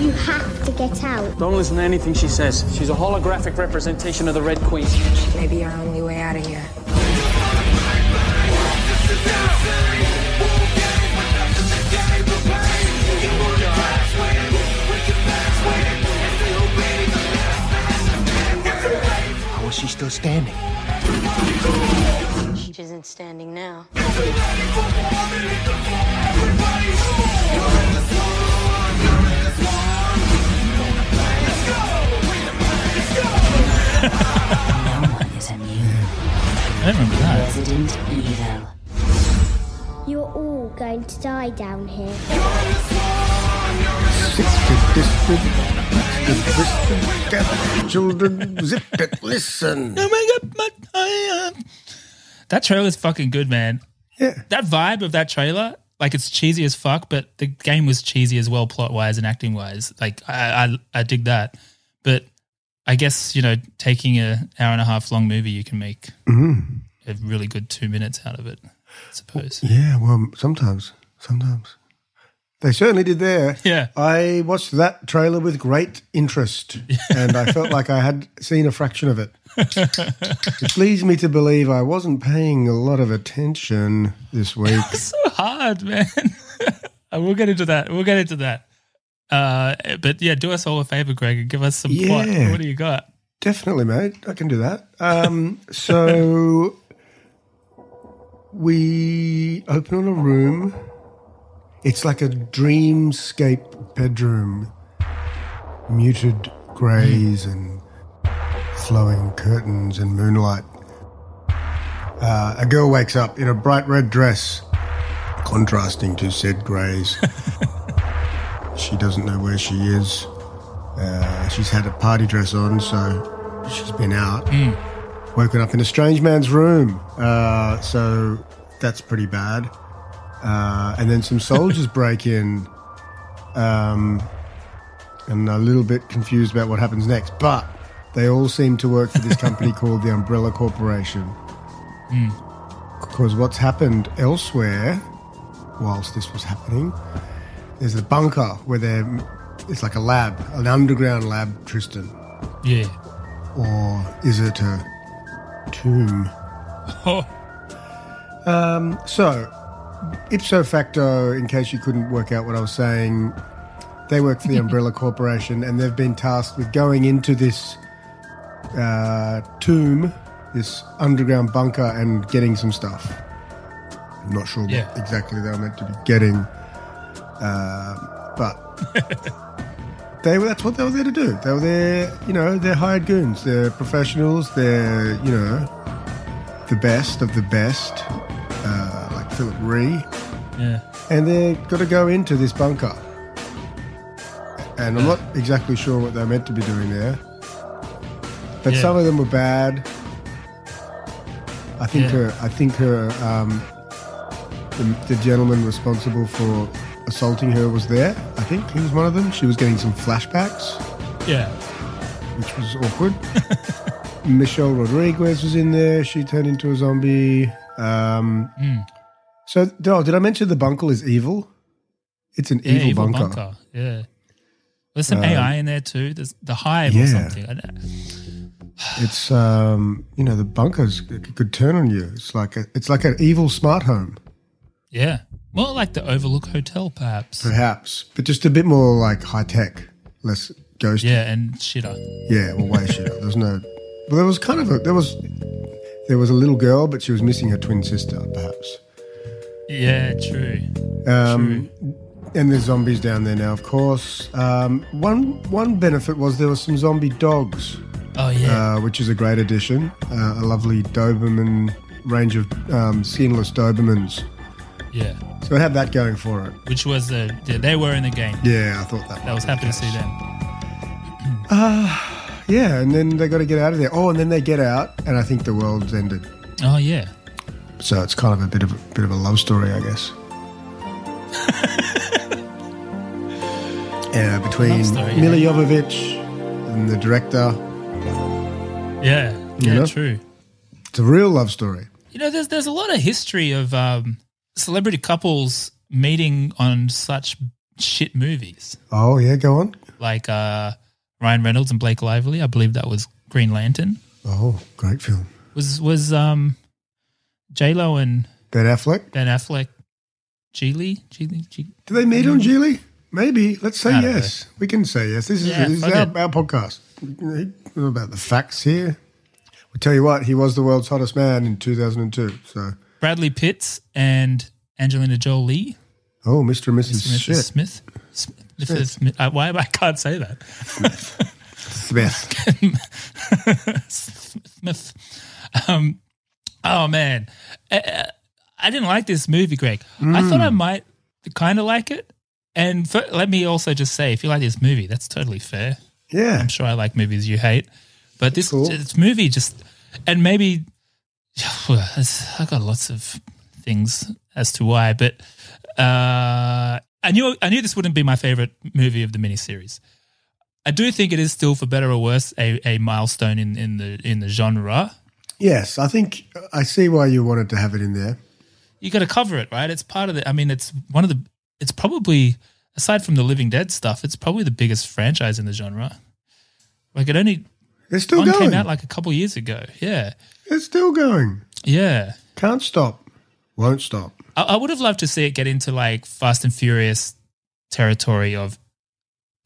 You have to get out. Don't listen to anything she says. She's a holographic representation of the Red Queen. Maybe our only way out of here. How is she still standing? She isn't standing now. No one is immune. I don't remember that. Resident Evil. You're all going to die down here. Children, zip it, listen. That trailer's fucking good, man. Yeah. That vibe of that trailer, like it's cheesy as fuck, but the game was cheesy as well, plot wise and acting wise. Like I, I, I dig that. But I guess you know, taking a hour and a half long movie, you can make Mhm. a really good two minutes out of it. I suppose. Yeah, well, sometimes, sometimes they certainly did there. Yeah. I watched that trailer with great interest, and I felt like I had seen a fraction of it. it leads me to believe I wasn't paying a lot of attention this week. so hard, man. Uh, we'll get into that. We'll get into that. Uh, but yeah, do us all a favor, Greg, and give us some plot. Yeah. What do you got? Definitely, mate. I can do that. Um, so we open on a room. It's like a dreamscape bedroom. Muted greys and flowing curtains and moonlight. Uh, a girl wakes up in a bright red dress, contrasting to said greys. she doesn't know where she is. Uh, she's had a party dress on, so she's been out. Woken up in a strange man's room. Uh, so that's pretty bad. Uh, and then some soldiers break in. Um, and a little bit confused about what happens next. But they all seem to work for this company called the Umbrella Corporation. Because what's happened elsewhere, whilst this was happening, there's a bunker where they're, it's like a lab, an underground lab, Tristan. Yeah. Or is it a tomb? Oh, Um, so, ipso facto, in case you couldn't work out what I was saying, they work for the Umbrella Corporation and they've been tasked with going into this uh, tomb, this underground bunker, and getting some stuff. I'm not sure Yeah. what exactly they were meant to be getting, uh, but. They were, that's what they were there to do. They were there, you know, they're hired goons. They're professionals. They're, you know, the best of the best, uh, like Philip Ree, yeah. and they're got to go into this bunker. And I'm not exactly sure what they're meant to be doing there, but Yeah. some of them were bad. I think Yeah. her, I think her, um, the, the gentleman responsible for assaulting her was there. I think he was one of them. She was getting some flashbacks Yeah. which was awkward. Michelle Rodriguez was in there. She turned into a zombie. Um, Mm. So, oh, did I mention the bunker is evil? It's an Yeah, evil, bunker. Yeah. There's some Um, AI in there too. There's the hive or yeah. something. I don't- It's um, you know the bunkers it could turn on you. It's like a, it's like an evil smart home, Yeah. More like the Overlook Hotel, perhaps. perhaps, but just a bit more like high tech, less ghost. Yeah, and shitter. yeah well, way shit. There's no. Well, there was kind of a there was there was a little girl, but she was missing her twin sister, perhaps. Yeah, true. Um, and there's zombies down there now, of course. Um, one one benefit was there were some zombie dogs, Oh yeah. uh, which is a great addition. Uh, a lovely Doberman range of um, skinless Dobermans. yeah. So it had that going for it. Which was the yeah, they were in the game. Yeah, I thought that. I was happy to see them. Yeah, and then they got to get out of there. Oh, and then they get out, and I think the world's ended. Oh yeah. So it's kind of a bit of a bit of a love story, I guess. Yeah, between Love story, yeah. Mila Jovovich and the director. Yeah. Yeah, know? true. It's a real love story. You know, there's there's a lot of history of um, celebrity couples meeting on such shit movies, Oh yeah, go on. like uh, Ryan Reynolds and Blake Lively. I believe that was Green Lantern. Oh, great film. Was was um, J Lo and Ben Affleck. Ben Affleck, Geely, Geely, Geely? Do they meet on Geely? Maybe. Let's say Mm-hmm. I don't yes. We can say yes. This is, Yeah, this is fuck our, it. our podcast. We're about the facts here. We tell you what, he was the world's hottest man in 2002. So, Bradley Pitts and Angelina Jolie. oh, Mr. and Mrs. Mr. Shit. Smith. Smith. Smith. Smith. Uh, why I can't say that. Smith. Smith. Um, oh man, Uh, uh, I didn't like this movie, Greg. I thought I might kind of like it. And for, let me also just say, if you like this movie, that's totally fair. Yeah, I'm sure I like movies you hate, but this this movie just and maybe I got lots of things as to why, but uh, I knew I knew this wouldn't be my favorite movie of the miniseries. I do think it is still, for better or worse, a, a milestone in, in the in the genre. Yes, I think I see why you wanted to have it in there. You got to cover it, right? It's part of the. I mean, it's one of the. It's probably aside from the Living Dead stuff, it's probably the biggest franchise in the genre. Like it only. It's still one going. came out like a couple years ago. Yeah, It's still going. yeah. Can't stop. Won't stop. I, I would have loved to see it get into like Fast and Furious territory of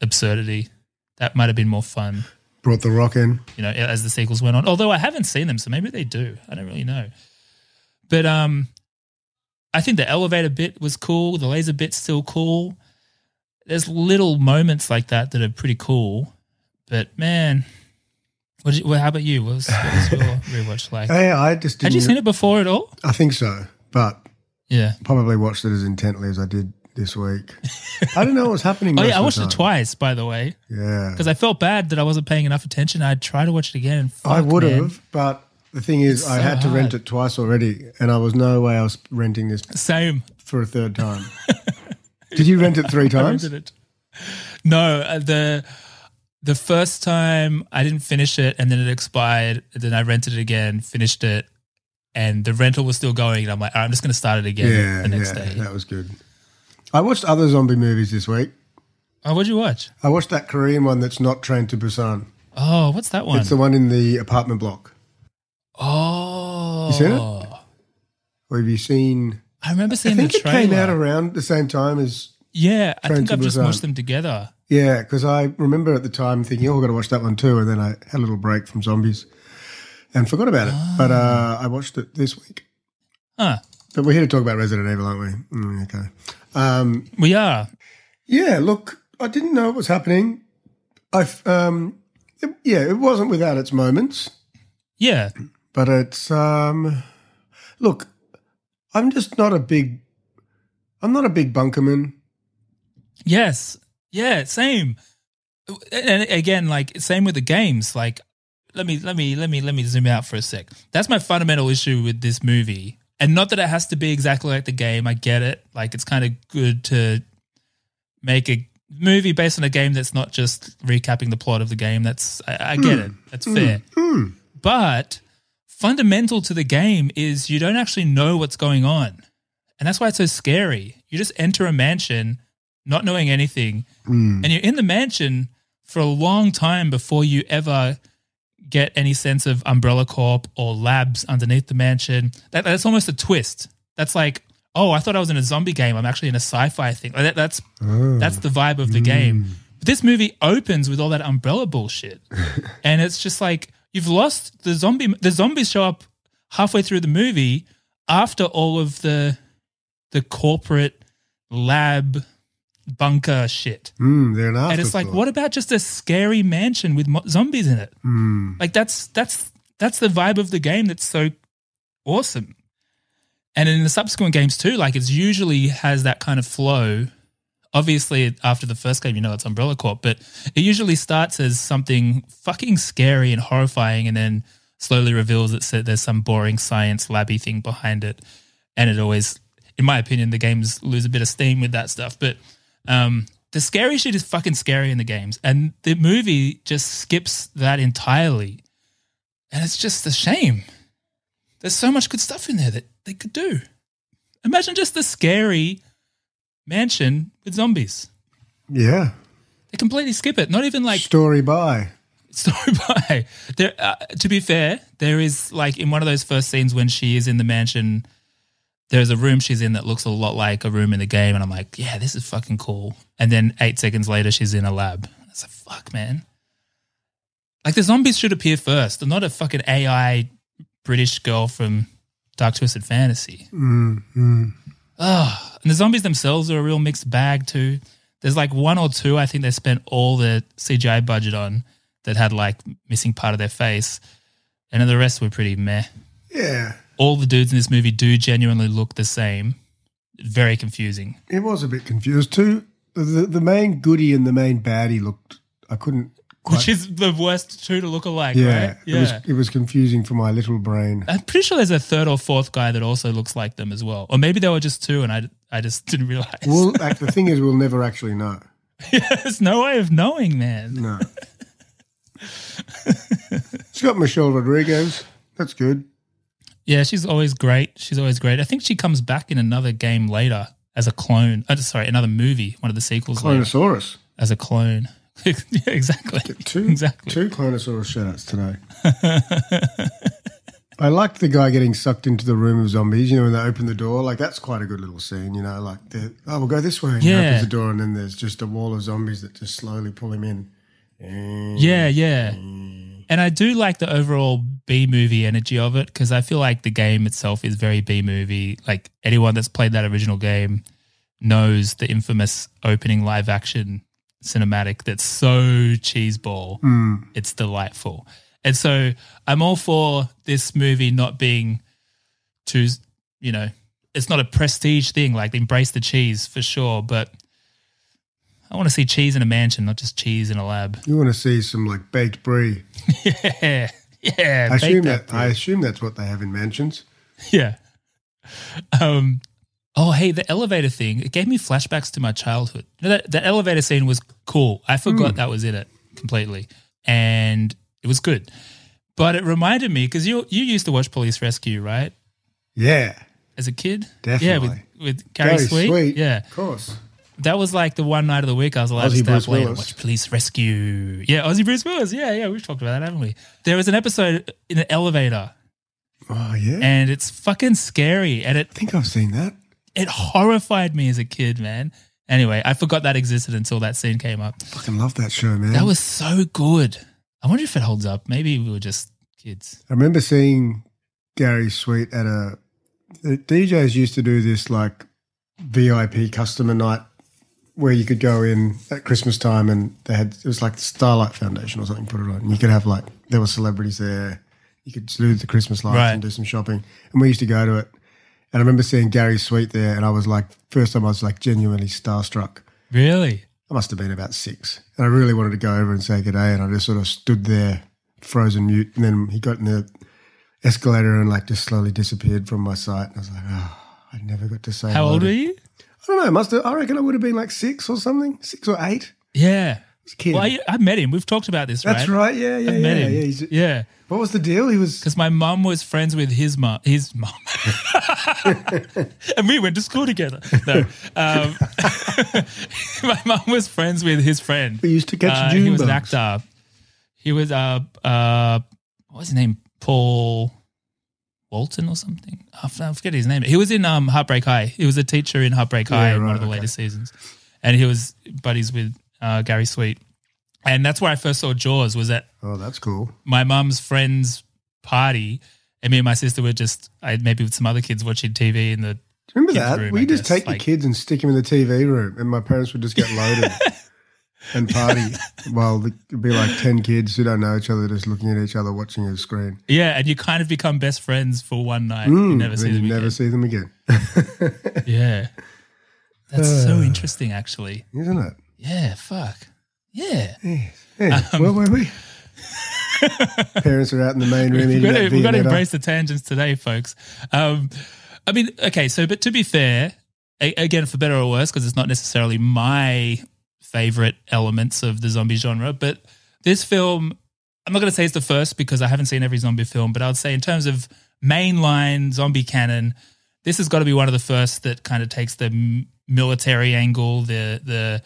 absurdity. That might have been more fun, Brought the rock in. you know, as the sequels went on. Although I haven't seen them, so maybe they do. I don't really know. But um, I think the elevator bit was cool. The laser bit's still cool. There's little moments like that that are pretty cool. But man, what? Did you, well, how about you? What was, what was your rewatch like? Yeah, I just Had didn't. you seen it before at all? I think so, but Yeah. probably watched it as intently as I did this week. I don't know what's happening. Oh most yeah, I of the watched time. it twice, by the way. Yeah, because I felt bad that I wasn't paying enough attention. I'd try to watch it again. And fuck, I would man. have, but the thing is, It's I so had to rent hard. it twice already, and I was no way I was renting this Same. for a third time. Did you rent it three I times? rented it. No, uh, the the first time I didn't finish it, and then it expired. and Then I rented it again, finished it, and the rental was still going. And I'm like, "All right, I'm just going to start it again yeah, the next yeah, day. that was good. I watched other zombie movies this week. Oh, what'd you watch? I watched that Korean one that's not Train to Busan. Oh, what's that one? It's the one in the apartment block. oh, You seen it? Or have you seen? I remember I seeing think the it trailer. came out around the same time as yeah, I Train think to I've just Busan. watched them together. Yeah, because I remember at the time thinking, oh, I've got to watch that one too. And then I had a little break from zombies and forgot about it. But uh, Ah. I watched it this week. Huh? But we're here to talk about Resident Evil, aren't we? Mm, okay. Um, We are. yeah, look, I didn't know what was happening. I, f- um, it- yeah, it wasn't without its moments, Yeah. but it's, um, look, I'm just not a big, I'm not a big bunkerman. Yes. Yeah, same. And again, like same with the games. Like let me let me let me let me zoom out for a sec. That's my fundamental issue with this movie. And not that it has to be exactly like the game. I get it. Like it's kind of good to make a movie based on a game that's not just recapping the plot of the game. That's I, I get it. That's fair. But fundamental to the game is you don't actually know what's going on. And that's why it's so scary. You just enter a mansion not knowing anything, and you're in the mansion for a long time before you ever get any sense of Umbrella Corp or labs underneath the mansion. That, that's almost a twist. That's like, oh, I thought I was in a zombie game. I'm actually in a sci-fi thing. Like, that- that's that's the vibe of the game. But this movie opens with all that umbrella bullshit, and it's just like you've lost the zombie. The zombies show up halfway through the movie after all of the the corporate lab bunker shit. Mm, they're an afterthought. And it's like, what about just a scary mansion with mo- zombies in it? Like that's that's that's the vibe of the game that's so awesome. And in the subsequent games too, like it's usually has that kind of flow. Obviously, after the first game, you know it's Umbrella Corp, but it usually starts as something fucking scary and horrifying, and then slowly reveals that so- there's some boring science labby thing behind it. And it always, in my opinion, the games lose a bit of steam with that stuff. But um, the scary shit is fucking scary in the games, and the movie just skips that entirely. And it's just a shame. There's so much good stuff in there that they could do. Imagine just the scary mansion with zombies. Yeah. They completely skip it. Not even like Story by. story by. There, uh, to be fair, there is like in one of those first scenes when she is in the mansion. There's a room she's in that looks a lot like a room in the game, and I'm like, yeah, this is fucking cool. And then eight seconds later, she's in a lab. It's like, fuck, man. Like the zombies should appear first. They're not a fucking AI British girl from Dark Twisted Fantasy. Ugh. and the zombies themselves are a real mixed bag too. There's like one or two I think they spent all the CGI budget on that had like missing part of their face, and then the rest were pretty meh. Yeah. all the dudes in this movie do genuinely look the same. Very confusing. It was a bit confused too. The, the main goody and the main baddie looked. I couldn't. Quite, Which is the worst two to look alike, yeah, right? It was, it was confusing for my little brain. I'm pretty sure there's a third or fourth guy that also looks like them as well. Or maybe there were just two and I, I just didn't realize. Well, like, the thing is, we'll never actually know. There's no way of knowing, man. No. It's got Michelle Rodriguez. That's good. Yeah, she's always great. She's always great. I think she comes back in another game later as a clone. Oh, sorry, another movie, one of the sequels. later, Clonosaurus. as a clone. yeah, exactly. Two, Exactly. two Clonosaurus shoutouts today. I liked the guy getting sucked into the room of zombies, you know, when they open the door. Like, that's quite a good little scene, you know, like, the, oh, we'll go this way. And he Yeah. opens the door, and then there's just a wall of zombies that just slowly pull him in. Yeah, yeah. And I do like the overall B movie energy of it because I feel like the game itself is very B movie. Like anyone that's played that original game knows the infamous opening live action cinematic that's so cheeseball. It's delightful. And so I'm all for this movie not being too, you know, it's not a prestige thing. Like embrace the cheese for sure, but I want to see cheese in a mansion, not just cheese in a lab. You want to see some, like, baked brie. Yeah, yeah. I bake assume, that that, I bread. assume that's what they have in mansions. yeah. Um. Oh, hey, the elevator thing. It gave me flashbacks to my childhood. You know, that that elevator scene was cool. I Hmm. forgot that was in it completely, and it was good. But it reminded me because you you used to watch Police Rescue, right? Yeah, As a kid, Yeah, Definitely. with, with Gary, Sweet. yeah. Of course. That was like the one night of the week I was allowed to Ozzy stay Bruce up late and Willis. watch Police Rescue. Yeah, Ozzy Bruce Willis. Yeah, yeah, we've talked about that, haven't we? There was an episode in an elevator Oh, yeah. and it's fucking scary and it I think I've seen that. it horrified me as a kid man anyway i forgot that existed until that scene came up Fucking love that show, man. that was so good i wonder if it holds up maybe we were just kids I remember seeing Gary Sweet at a. The DJs used to do this like VIP customer night where you could go in at Christmas time and they had, it was like the Starlight Foundation or something put it on. And you could have like, there were celebrities there. You could do the Christmas lights Right. and do some shopping. And we used to go to it. And I remember seeing Gary Sweet there and I was like, first time I was like genuinely starstruck. really I must have been about six. And I really wanted to go over and say good day. And I just sort of stood there, frozen mute. And then he got in the escalator and like just slowly disappeared from my sight. And I was like, oh, I never got to say how hello old to- were you I don't know. Must have, I reckon I would have been like six or something, six or eight. yeah As a kid. well I, I met him we've talked about this That's right right. Yeah, yeah, I yeah. met yeah. him He's- yeah What was the deal? He was. because my mum was friends with his mum his mum and we went to school together no um, my mum was friends with his friend We used to catch Uh, June he was an bugs. actor. He was uh uh what was his name? Paul Walton or something. I f- I forget his name. He was in um Heartbreak High. He was a teacher in Heartbreak High Yeah, in one right, of the okay. later seasons, and he was buddies with uh, Gary Sweet, and that's where I first saw Jaws. Was at Oh, that's cool. my mum's friend's party, and me and my sister were just I maybe with some other kids watching TV in the Remember Kids' that? room, we I just guess, take like- the kids and stick them in the TV room, and my parents would just get loaded and party while the, it'd be like 10 kids who don't know each other, just looking at each other, watching a screen. yeah, and you kind of become best friends for one night. Mm, you never see then them you never again. see them again, Yeah, that's Uh. so interesting, actually. isn't it? Yeah, fuck. Yeah. Yeah. Where were we? Parents are out in the main room. We've eating got, that to, we've got to Viennetta. embrace the tangents today, folks. Um, I mean, okay, so, but to be fair, a- again, for better or worse, because it's not necessarily my favorite elements of the zombie genre, but this film, I'm not going to say it's the first because I haven't seen every zombie film, but I would say in terms of mainline zombie canon, this has got to be one of the first that kind of takes the m- military angle, the the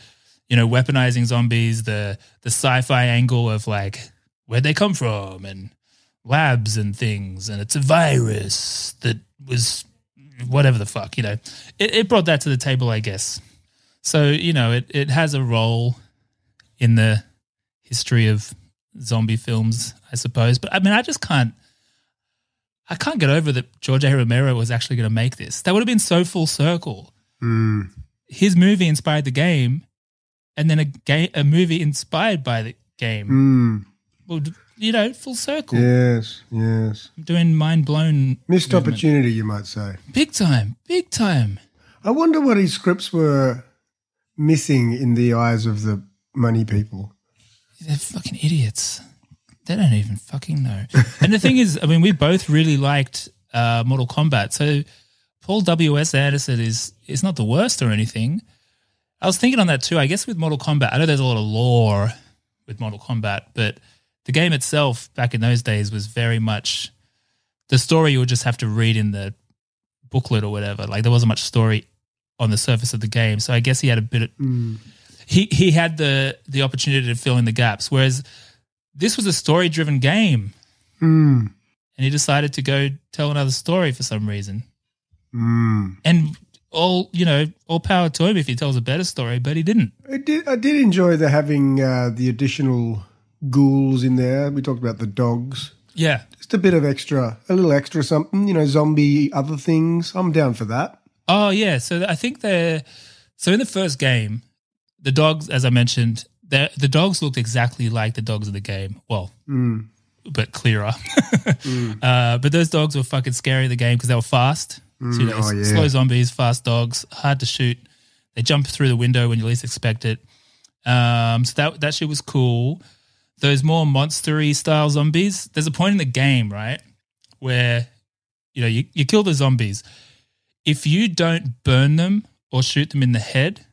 you know weaponizing zombies, the the sci-fi angle of like where'd they come from and labs and things, and it's a virus that was whatever the fuck you know. It, it brought that to the table, I guess. So you know, it it has a role in the history of zombie films, I suppose. But I mean, I just can't. I can't get over that George A. Romero was actually going to make this. That would have been so full circle. Mm. His movie inspired the game, and then a game, a movie inspired by the game. Mm. well, d- you know, full circle. Yes, yes. I'm doing mind blown. Missed movement. opportunity, you might say. Big time, big time. I wonder what his scripts were missing in the eyes of the money people. They're fucking idiots. They don't even fucking know. and the thing is, I mean, we both really liked uh, Mortal Kombat. So Paul W. S. Anderson is is not the worst or anything. I was thinking on that too. I guess with Mortal Kombat, I know there's a lot of lore with Mortal Kombat, but the game itself back in those days was very much the story you would just have to read in the booklet or whatever. Like there wasn't much story on the surface of the game. So I guess he had a bit of, he he had the the opportunity to fill in the gaps. Whereas this was a story driven game. Mm. And he decided to go tell another story for some reason. Mm. And all you know, all power to him if he tells a better story, but he didn't. I did, I did enjoy the having uh, the additional ghouls in there. We talked about the dogs. Yeah. Just a bit of extra, a little extra something, you know, zombie other things. I'm down for that. Oh yeah, so th- I think they're so in the first game, the dogs, as I mentioned, the the dogs looked exactly like the dogs of the game. Well, Mm. but clearer. uh, but those dogs were fucking scary in the game because they were fast. so, you Mm, know, oh, s- yeah. slow zombies, fast dogs, hard to shoot. They jump through the window when you least expect it. Um, so that that shit was cool. Those more monstery style zombies. There's a point in the game, right, where you know you, you kill the zombies. If you don't burn them or shoot them in the head,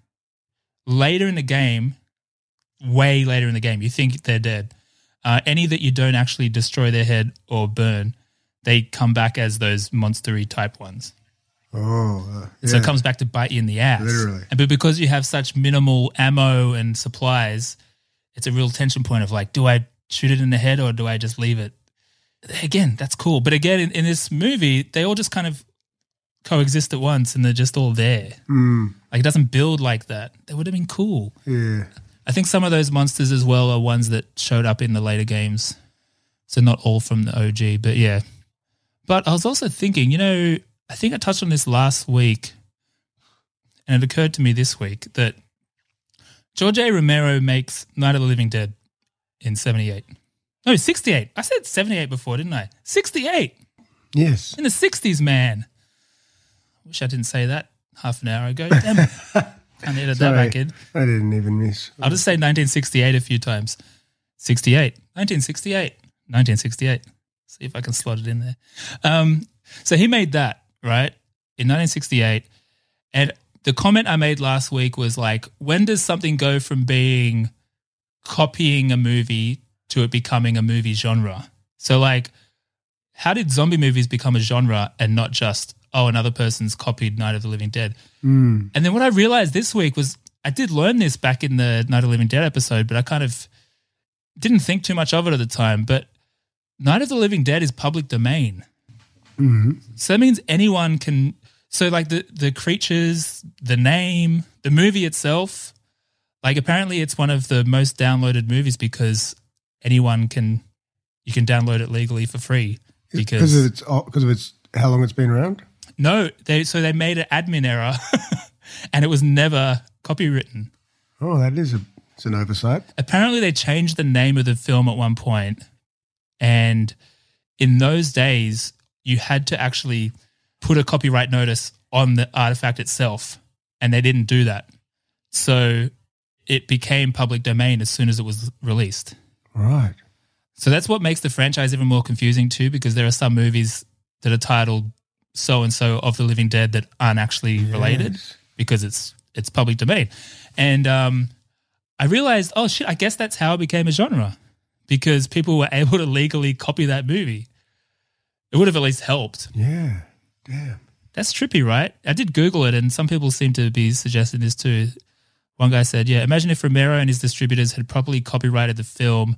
later in the game, way later in the game, you think they're dead. Uh, any that you don't actually destroy their head or burn, they come back as those monstery type ones. Oh, uh, So yeah. it comes back to bite you in the ass. Literally. And, but because you have such minimal ammo and supplies, it's a real tension point of like, do I shoot it in the head or do I just leave it? Again, that's cool. But again, in, in this movie, they all just kind of coexist at once and they're just all there. Mm. Like it doesn't build like that. That would have been cool. Yeah. I think some of those monsters as well are ones that showed up in the later games. So not all from the OG, but yeah. But I was also thinking, you know, I think I touched on this last week and it occurred to me this week that George A. Romero makes Night of the Living Dead in 78. No, 68. I said 78 before, didn't I? 68. Yes. In the 60s, man. Wish I didn't say that half an hour ago. Damn it. I needed that Sorry. back in. I didn't even miss. I'll just say 1968 a few times. 68, 1968, 1968. See if I can slot it in there. Um, so he made that, right, in 1968. And the comment I made last week was like, when does something go from being copying a movie to it becoming a movie genre? So, like, how did zombie movies become a genre and not just, oh, another person's copied Night of the Living Dead? Mm. And then what I realized this week was I did learn this back in the Night of the Living Dead episode, but I kind of didn't think too much of it at the time. But Night of the Living Dead is public domain. Mm. So that means anyone can. So, like the, the creatures, the name, the movie itself, like apparently it's one of the most downloaded movies because anyone can, you can download it legally for free. Because Because of its because of its how long it's been around. no, they so they made an admin error and it was never copywritten. Oh, that is a it's an oversight. apparently they changed the name of the film at one point and in those days you had to actually put a copyright notice on the artifact itself and they didn't do that so it became public domain as soon as it was released Right. so that's what makes the franchise even more confusing too because there are some movies that are titled so and so of the living dead that aren't actually related Yes. because it's it's public domain. And um, I realized, oh shit, I guess that's how it became a genre because people were able to legally copy that movie. It would have at least helped. Yeah. Damn. That's trippy, right? I did Google it, and some people seem to be suggesting this too. One guy said, "Yeah, imagine if Romero and his distributors had properly copyrighted the film.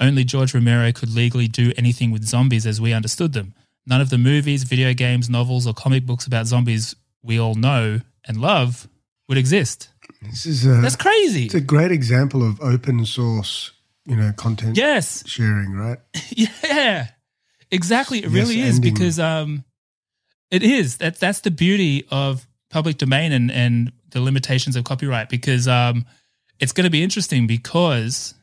Only George Romero could legally do anything with zombies as we understood them. None of the movies, video games, novels, or comic books about zombies we all know and love would exist. This is a That's crazy. it's a great example of open source, you know, content Yes, sharing, right? yeah, exactly. It Yes, really is ending. because um, it is that that's the beauty of public domain and and the limitations of copyright because um, it's going to be interesting because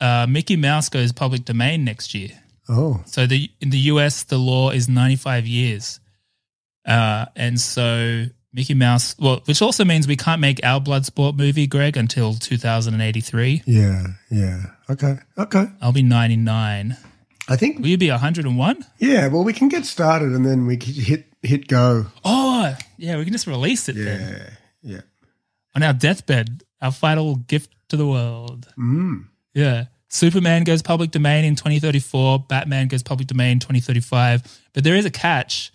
uh, Mickey Mouse goes public domain next year. Oh. So the in the US, the law is 95 years. Uh, and so Mickey Mouse, well, which also means we can't make our Bloodsport movie, Greg, until 2083. Yeah, yeah. Okay, okay. I'll be 99. I think. Will you be 101? Yeah, well, we can get started and then we can hit hit go. Oh, yeah, we can just release it then. Yeah, yeah. On our deathbed, our final gift to the world. Mm. Yeah. Superman goes public domain in 2034. Batman goes public domain in 2035. But there is a catch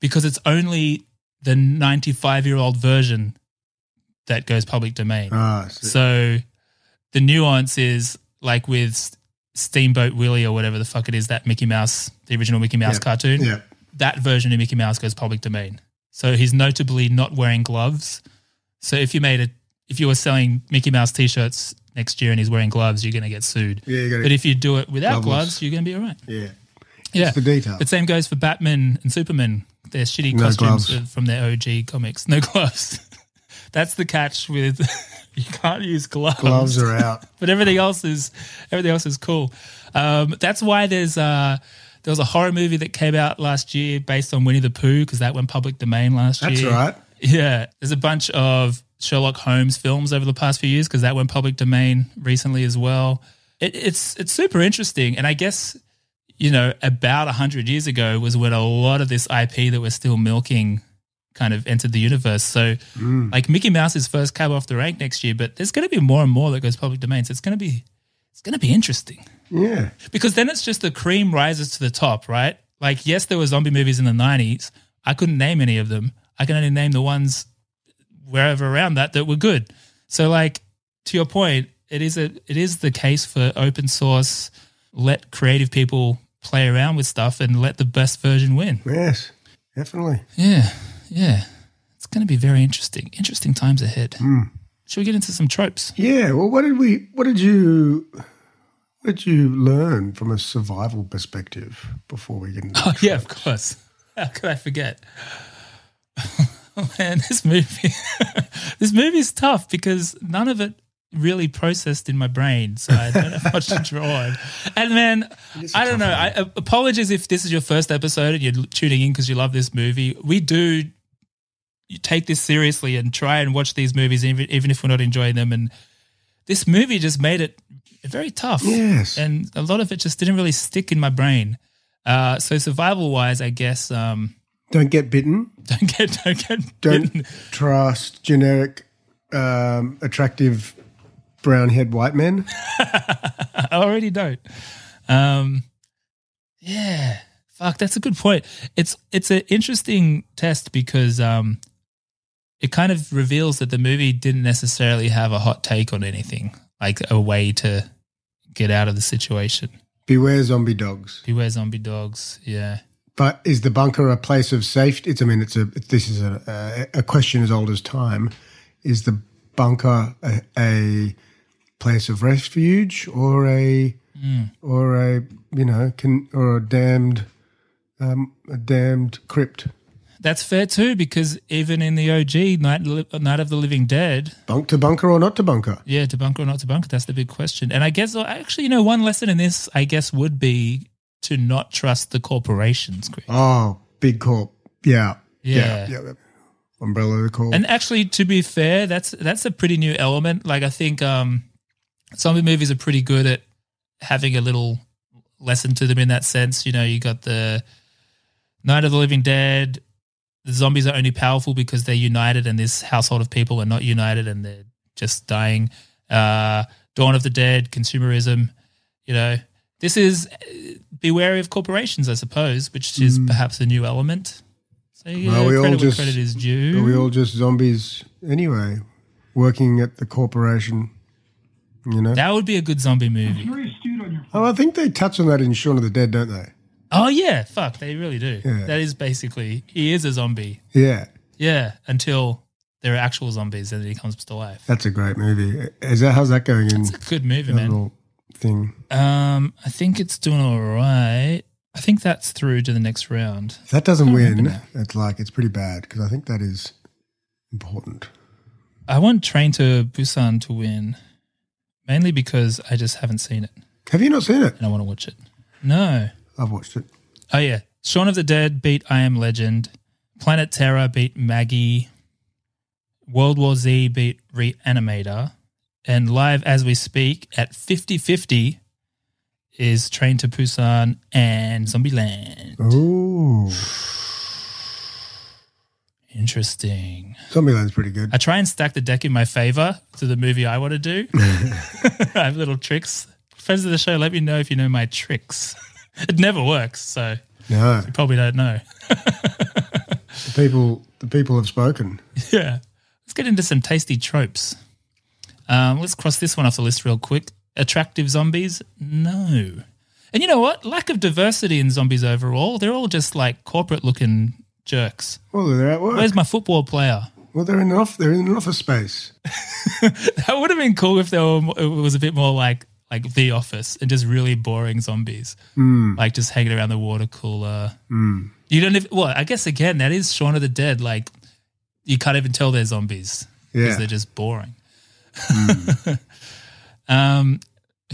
because it's only the 95 year old version that goes public domain. Ah, I see. so the nuance is like with Steamboat Willie or whatever the fuck it is, that Mickey Mouse, the original Mickey Mouse Yeah. cartoon, Yeah. that version of Mickey Mouse goes public domain. So he's notably not wearing gloves. So if you made a, if you were selling Mickey Mouse t shirts next year and he's wearing gloves, you're going to get sued. Yeah, you gotta- but if you do it without Gloveless. gloves, you're going to be all right. Yeah. Yeah. It's the detail. But same goes for Batman and Superman. Their shitty No costumes gloves. from their OG comics. No gloves. That's the catch with you can't use gloves. Gloves are out. but everything else is everything else is cool. Um, that's why there's uh there was a horror movie that came out last year based on Winnie the Pooh because that went public domain last That's year. right. Yeah, there's a bunch of Sherlock Holmes films over the past few years because that went public domain recently as well. It, it's it's super interesting, and I guess you know about hundred years ago was when a lot of this IP that we're still milking kind of entered the universe. So like Mickey Mouse's first cab off the rank next year, but there's going to be more and more that goes public domain. So it's going to be it's going to be interesting Yeah. because then it's just the cream rises to the top, right? Like, yes, there were zombie movies in the '90s. I couldn't name any of them. I can only name the ones wherever around that that were good. So, like to your point, it is a it is the case for open source. Let creative people play around with stuff and let the best version win. Yes. Definitely. Yeah, yeah. It's going to be very interesting. Interesting times ahead. Should we get into some tropes? Yeah. Well, what did we? What did you? What did you learn from a survival perspective before we get into? Oh yeah, of course. How could I forget? Oh, Man, this movie, this movie is tough because none of it really processed in my brain, so I don't have much to draw on. And man, I don't know. I, uh, apologies if this is your first episode and you're tuning in because you love this movie. We do you take this seriously and try and watch these movies, even even if we're not enjoying them. And this movie just made it very tough. Yes. and a lot of it just didn't really stick in my brain. Uh, so survival wise, I guess um, Don't get bitten. don't get don't get Don't bitten. trust generic, um, attractive, brown head white men. I already don't. Um, yeah, fuck, that's a good point. It's it's an interesting test because um, it kind of reveals that the movie didn't necessarily have a hot take on anything, like a way to get out of the situation. Beware zombie dogs. Beware zombie dogs. Yeah. But is the bunker a place of safety? It's. I mean, it's a. This is a a, a question as old as time. Is the bunker a, a place of refuge or a Hmm. or a you know can or a damned um, a damned crypt That's fair too, because even in the OG Night, Li- Night of the Living Dead, bunk to bunker or not to bunker? yeah, to bunker or not to bunker, that's the big question. And I guess, well, actually, you know, one lesson in this, I guess, would be to not trust the corporations, Chris. Oh, big corp. Yeah. Yeah. Yeah. yeah. Umbrella the corp. And actually, to be fair, that's that's a pretty new element. Like I think um, zombie movies are pretty good at having a little lesson to them in that sense. You know, you got the Night of the Living Dead. The zombies are only powerful because they're united, and this household of people are not united, and they're just dying. Uh, Dawn of the Dead, consumerism. You know, this is uh, be wary of corporations, I suppose, which is perhaps a new element. So yeah, Mm. Well, we all credit where just- credit is due. Are we all just zombies anyway, working at the corporation? You know? That would be a good zombie movie. oh, I think they touch on that in Shaun of the Dead, don't they? Oh yeah, fuck, they really do. Yeah. That is basically he is a zombie. Yeah. Yeah, until there are actual zombies and then he comes to life. That's a great movie. Is that how's that going in It's a good movie, that man. little thing? Um, I think it's doing all right. I think that's through to the next round. If that doesn't win, it's like it's pretty bad because I think that is important. I want Train to Busan to win. mainly because I just haven't seen it. Have you not seen it? And I want to watch it. No. I've watched it. Oh, yeah. Shaun of the Dead beat I Am Legend. Planet Terror beat Maggie. World War Z beat Reanimator. And live as we speak at 50 50 is Train to Busan and Zombieland. Oh. Interesting. Zombieland's pretty good. I try and stack the deck in my favor to the movie I want to do. I have little tricks. Friends of the show, let me know if you know my tricks. it never works, so No. you probably don't know. The people the people have spoken. yeah. Let's get into some tasty tropes. Um, let's cross this one off the list real quick. Attractive zombies? No. And you know what? Lack of diversity in zombies overall. They're all just like corporate looking jerks. Well, they're at work. Where's my football player? well, they're in an off, they're in an office space. That would have been cool if there were, mo- it was a bit more like like The Office and just really boring zombies, like just hanging around the water cooler. You don't even. Well, I guess again that is Shaun of the Dead. Like you can't even tell they're zombies because Yeah. they're just boring. um,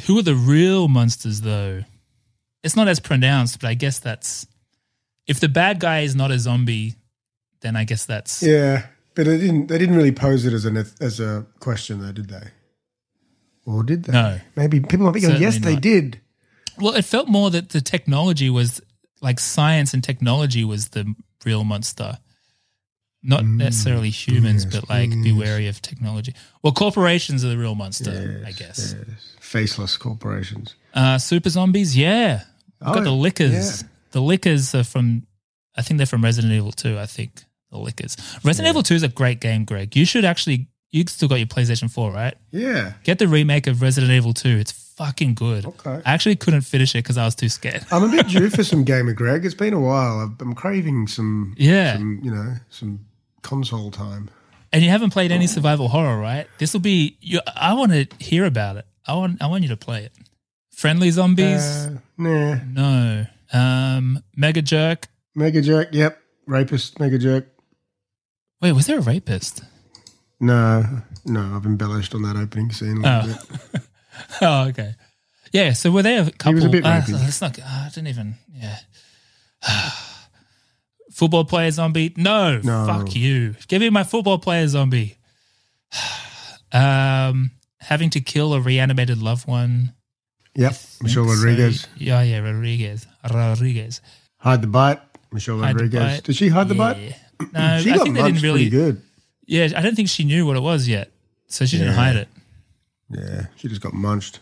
who are the real monsters though? It's not as pronounced, but I guess that's if the bad guy is not a zombie, then I guess that's Yeah, but they didn't. They didn't really pose it as an as a question, though, did they? Or did they? No. Maybe people might be going. Yes, Certainly they not. did. Well, it felt more that the technology was like science and technology was the real monster, not Mm, necessarily humans, but like be wary of technology. Well, corporations are the real monster, I guess. Faceless corporations. Uh, super zombies, yeah. We've got Oh, the lickers. The lickers are from, I think they're from Resident Evil 2, I think. The lickers. Resident Evil 2 is a great game, Greg. You should actually, you still got your PlayStation 4, right? Yeah. Get the remake of Resident Evil 2. It's fucking good. Okay. I actually couldn't finish it because I was too scared. I'm a bit due for some gamer, Greg. It's been a while. I've- I'm craving some, Yeah. some, you know, some console time. And you haven't played any survival horror, right? This will be. You, I want to hear about it. I want. I want you to play it. Friendly zombies? Uh, nah. no. Um, Mega jerk. Mega jerk. Yep. Rapist. Mega jerk. Wait, was there a rapist? No. No. I've embellished on that opening scene a little Oh. bit. Oh, okay. Yeah. So were they a couple? was a bit Ah, rapey. that's not. ah, I didn't even. Yeah. football player zombie? No, No. Fuck you. Give me my football player zombie. um, having to kill a reanimated loved one. Yep. Michelle think so. Rodriguez. Yeah, yeah, Rodriguez. Rodriguez. Hide the bite. Michelle Hide the Rodriguez. bite. Did she hide the bite? Yeah. No, she I got think they didn't mugged really. pretty good. Yeah, I don't think she knew what it was yet, so she didn't Yeah. hide it. Yeah, she just got munched.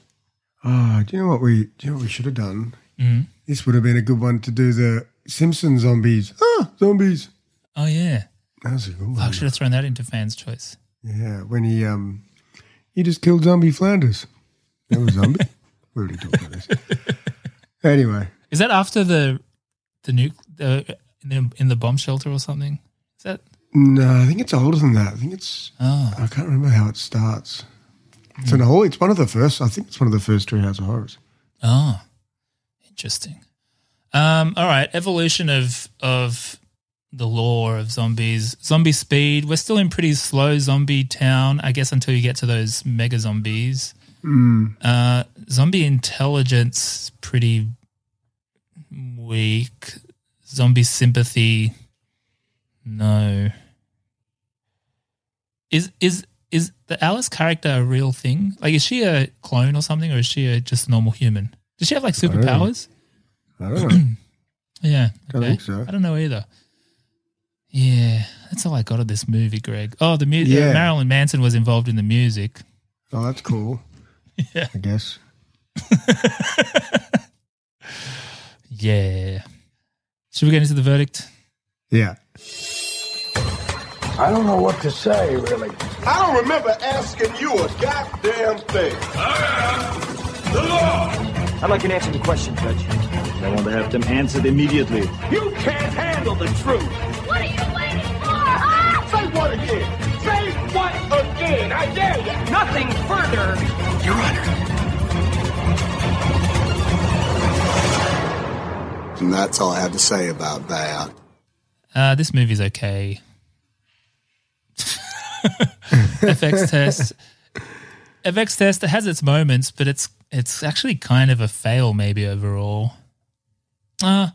Ah, do you know what we? Do you know what we should have done? Mhm. This would have been a good one to do the Simpson zombies. Ah, zombies. Oh yeah, That was a good I one. should have thrown that into fans' choice. Yeah, when he um, he just killed zombie Flanders. That was zombie. we already talked about this. Anyway, Is that after the the nuke the in the, in the bomb shelter or something? Is that no, I think it's older than that. I think it's. oh I can't remember how it starts. It's an whole. It's one of the first. I think it's one of the first Treehouse of Horrors. oh interesting? Um, all right, evolution of of the lore of zombies. Zombie speed. We're still in pretty slow zombie town, I guess, until you get to those mega zombies. Uh, zombie intelligence pretty weak. Zombie sympathy, no. Is is is the Alice character a real thing? Like, is she a clone or something, or is she a just normal human? Does she have like don't know. superpowers? I don't know. Yeah. Don't think so. I don't know either. Yeah, that's all I got of this movie, Greg. Oh, the music. Yeah. Marilyn Manson was involved in the music. oh, that's cool. Yeah. I guess. Yeah. Should we get into the verdict? Yeah. I don't know what to say, really. I don't remember asking you a goddamn thing. I'd like you to answer the question, Judge. I want to have them answered immediately. You can't handle the truth. What are you waiting for? Say what again? Say what again? I dare you. Nothing further. Your Honor. And that's all I have to say about that. Uh, this movie's okay. FX test. a Vex test has its moments, but it's it's actually kind of a fail maybe overall. Uh,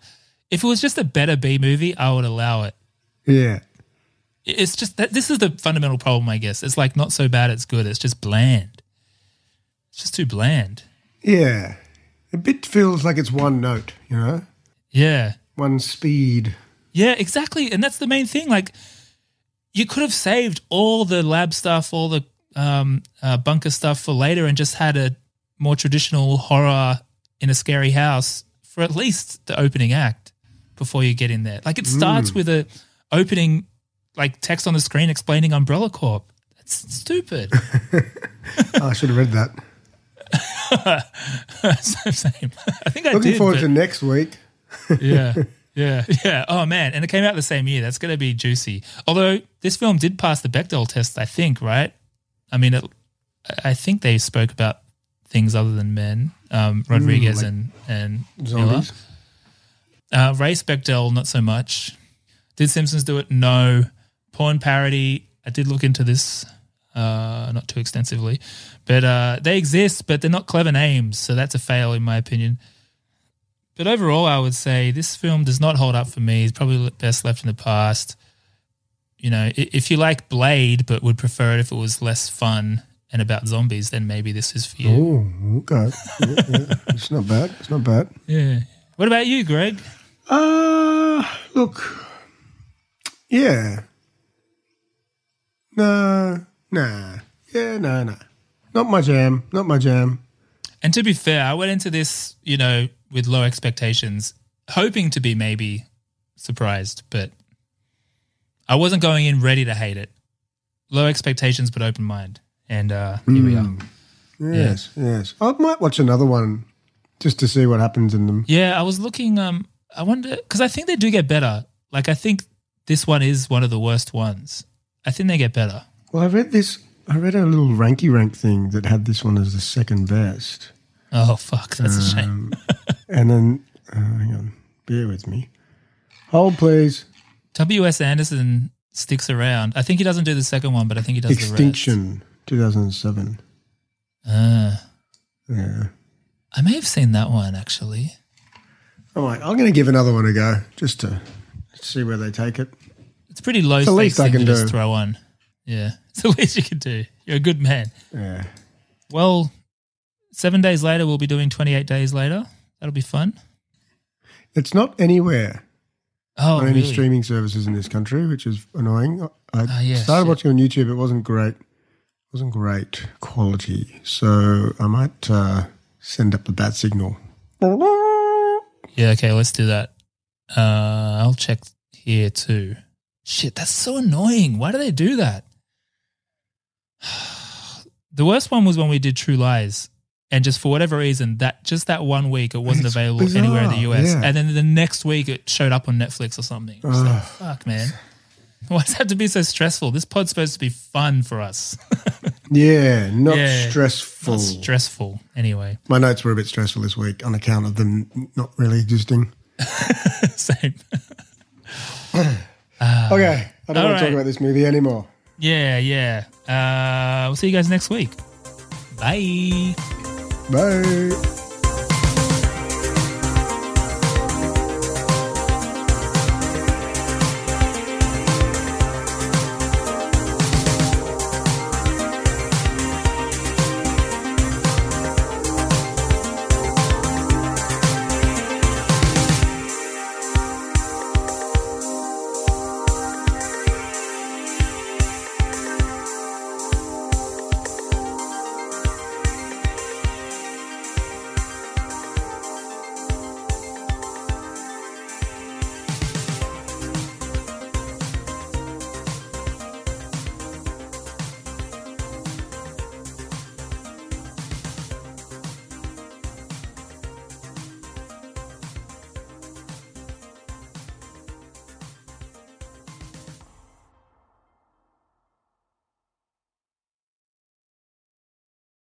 if it was just a better B movie, I would allow it. Yeah. It's just that this is the fundamental problem, I guess. It's like not so bad, it's good. It's just bland. It's just too bland. Yeah. A bit feels like it's one note, you know? Yeah. One speed. Yeah, exactly. And that's the main thing. Like, you could have saved all the lab stuff, all the um, uh, bunker stuff for later and just had a more traditional horror in a scary house for at least the opening act before you get in there. Like it starts Mm. with a opening like text on the screen explaining Umbrella Corp. That's stupid. Oh, I should have read that. So same. I think I Looking did, forward but- to next week. yeah. Yeah. Yeah. Oh man. And it came out the same year. That's gonna be juicy. Although this film did pass the Bechdel test, I think, right? I mean it, I think they spoke about things other than men. Um, Rodriguez Mm, like and, and Miller. Zombies. Uh Race Bechdel, not so much. Did Simpsons do it? No. Porn parody. I did look into this, uh, not too extensively, but uh, they exist, but they're not clever names, so that's a fail in my opinion. But overall, I would say this film does not hold up for me. It's probably le- best left in the past. You know, i- if you like Blade but would prefer it if it was less fun and about zombies, then maybe this is for you. Oh, okay. Yeah, yeah. It's not bad. It's not bad. Yeah. What about you, Greg? Uh, look. Yeah. No, nah. Yeah, no, no. Not my jam. Not my jam. And to be fair, I went into this, you know, with low expectations, hoping to be maybe surprised, but I wasn't going in ready to hate it. Low expectations, but open mind. And uh, here we are. Yes, yes. I might watch another one just to see what happens in them. Yeah, I was looking. Um, I wonder because I think they do get better. Like I think this one is one of the worst ones. I think they get better. Well, I read this. I read a little ranky rank thing that had this one as the second best. Oh fuck, that's a shame. And then, uh, hang on, bear with me. Hold, please. W.S. Anderson sticks around. I think he doesn't do the second one, but I think he does Extinction, 2007. the rest. Uh, Yeah. I may have seen that one actually. I'm like, I'm going to give another one a go just to see where they take it. It's pretty low It's the stakes least I thing to can just do. throw on. Yeah, it's the least you can do. You're a good man. Yeah. Well, seven days later, we'll be doing 28 days later. That'll be fun. It's not anywhere Oh, on really? any streaming services in this country, which is annoying. I Ah, yes, started yeah. watching on YouTube. It wasn't great. wasn't great quality. So I might uh, send up the bat signal. Yeah, okay, let's do that. Uh, I'll check here too. Shit, that's so annoying. Why do they do that? The worst one was when we did True Lies, and just for whatever reason, that just that one week it wasn't It's available anywhere in the bizarre, US, yeah. and then the next week it showed up on Netflix or something. It's like, Ugh. fuck, man, why does it have to be so stressful? This pod's supposed to be fun for us, Yeah, not Yeah, stressful. not stressful. Anyway, My notes were a bit stressful this week on account of them not really existing. same. okay, I don't all want to right. talk about this movie anymore. Yeah, yeah. Uh, we'll see you guys next week. Bye. Bye.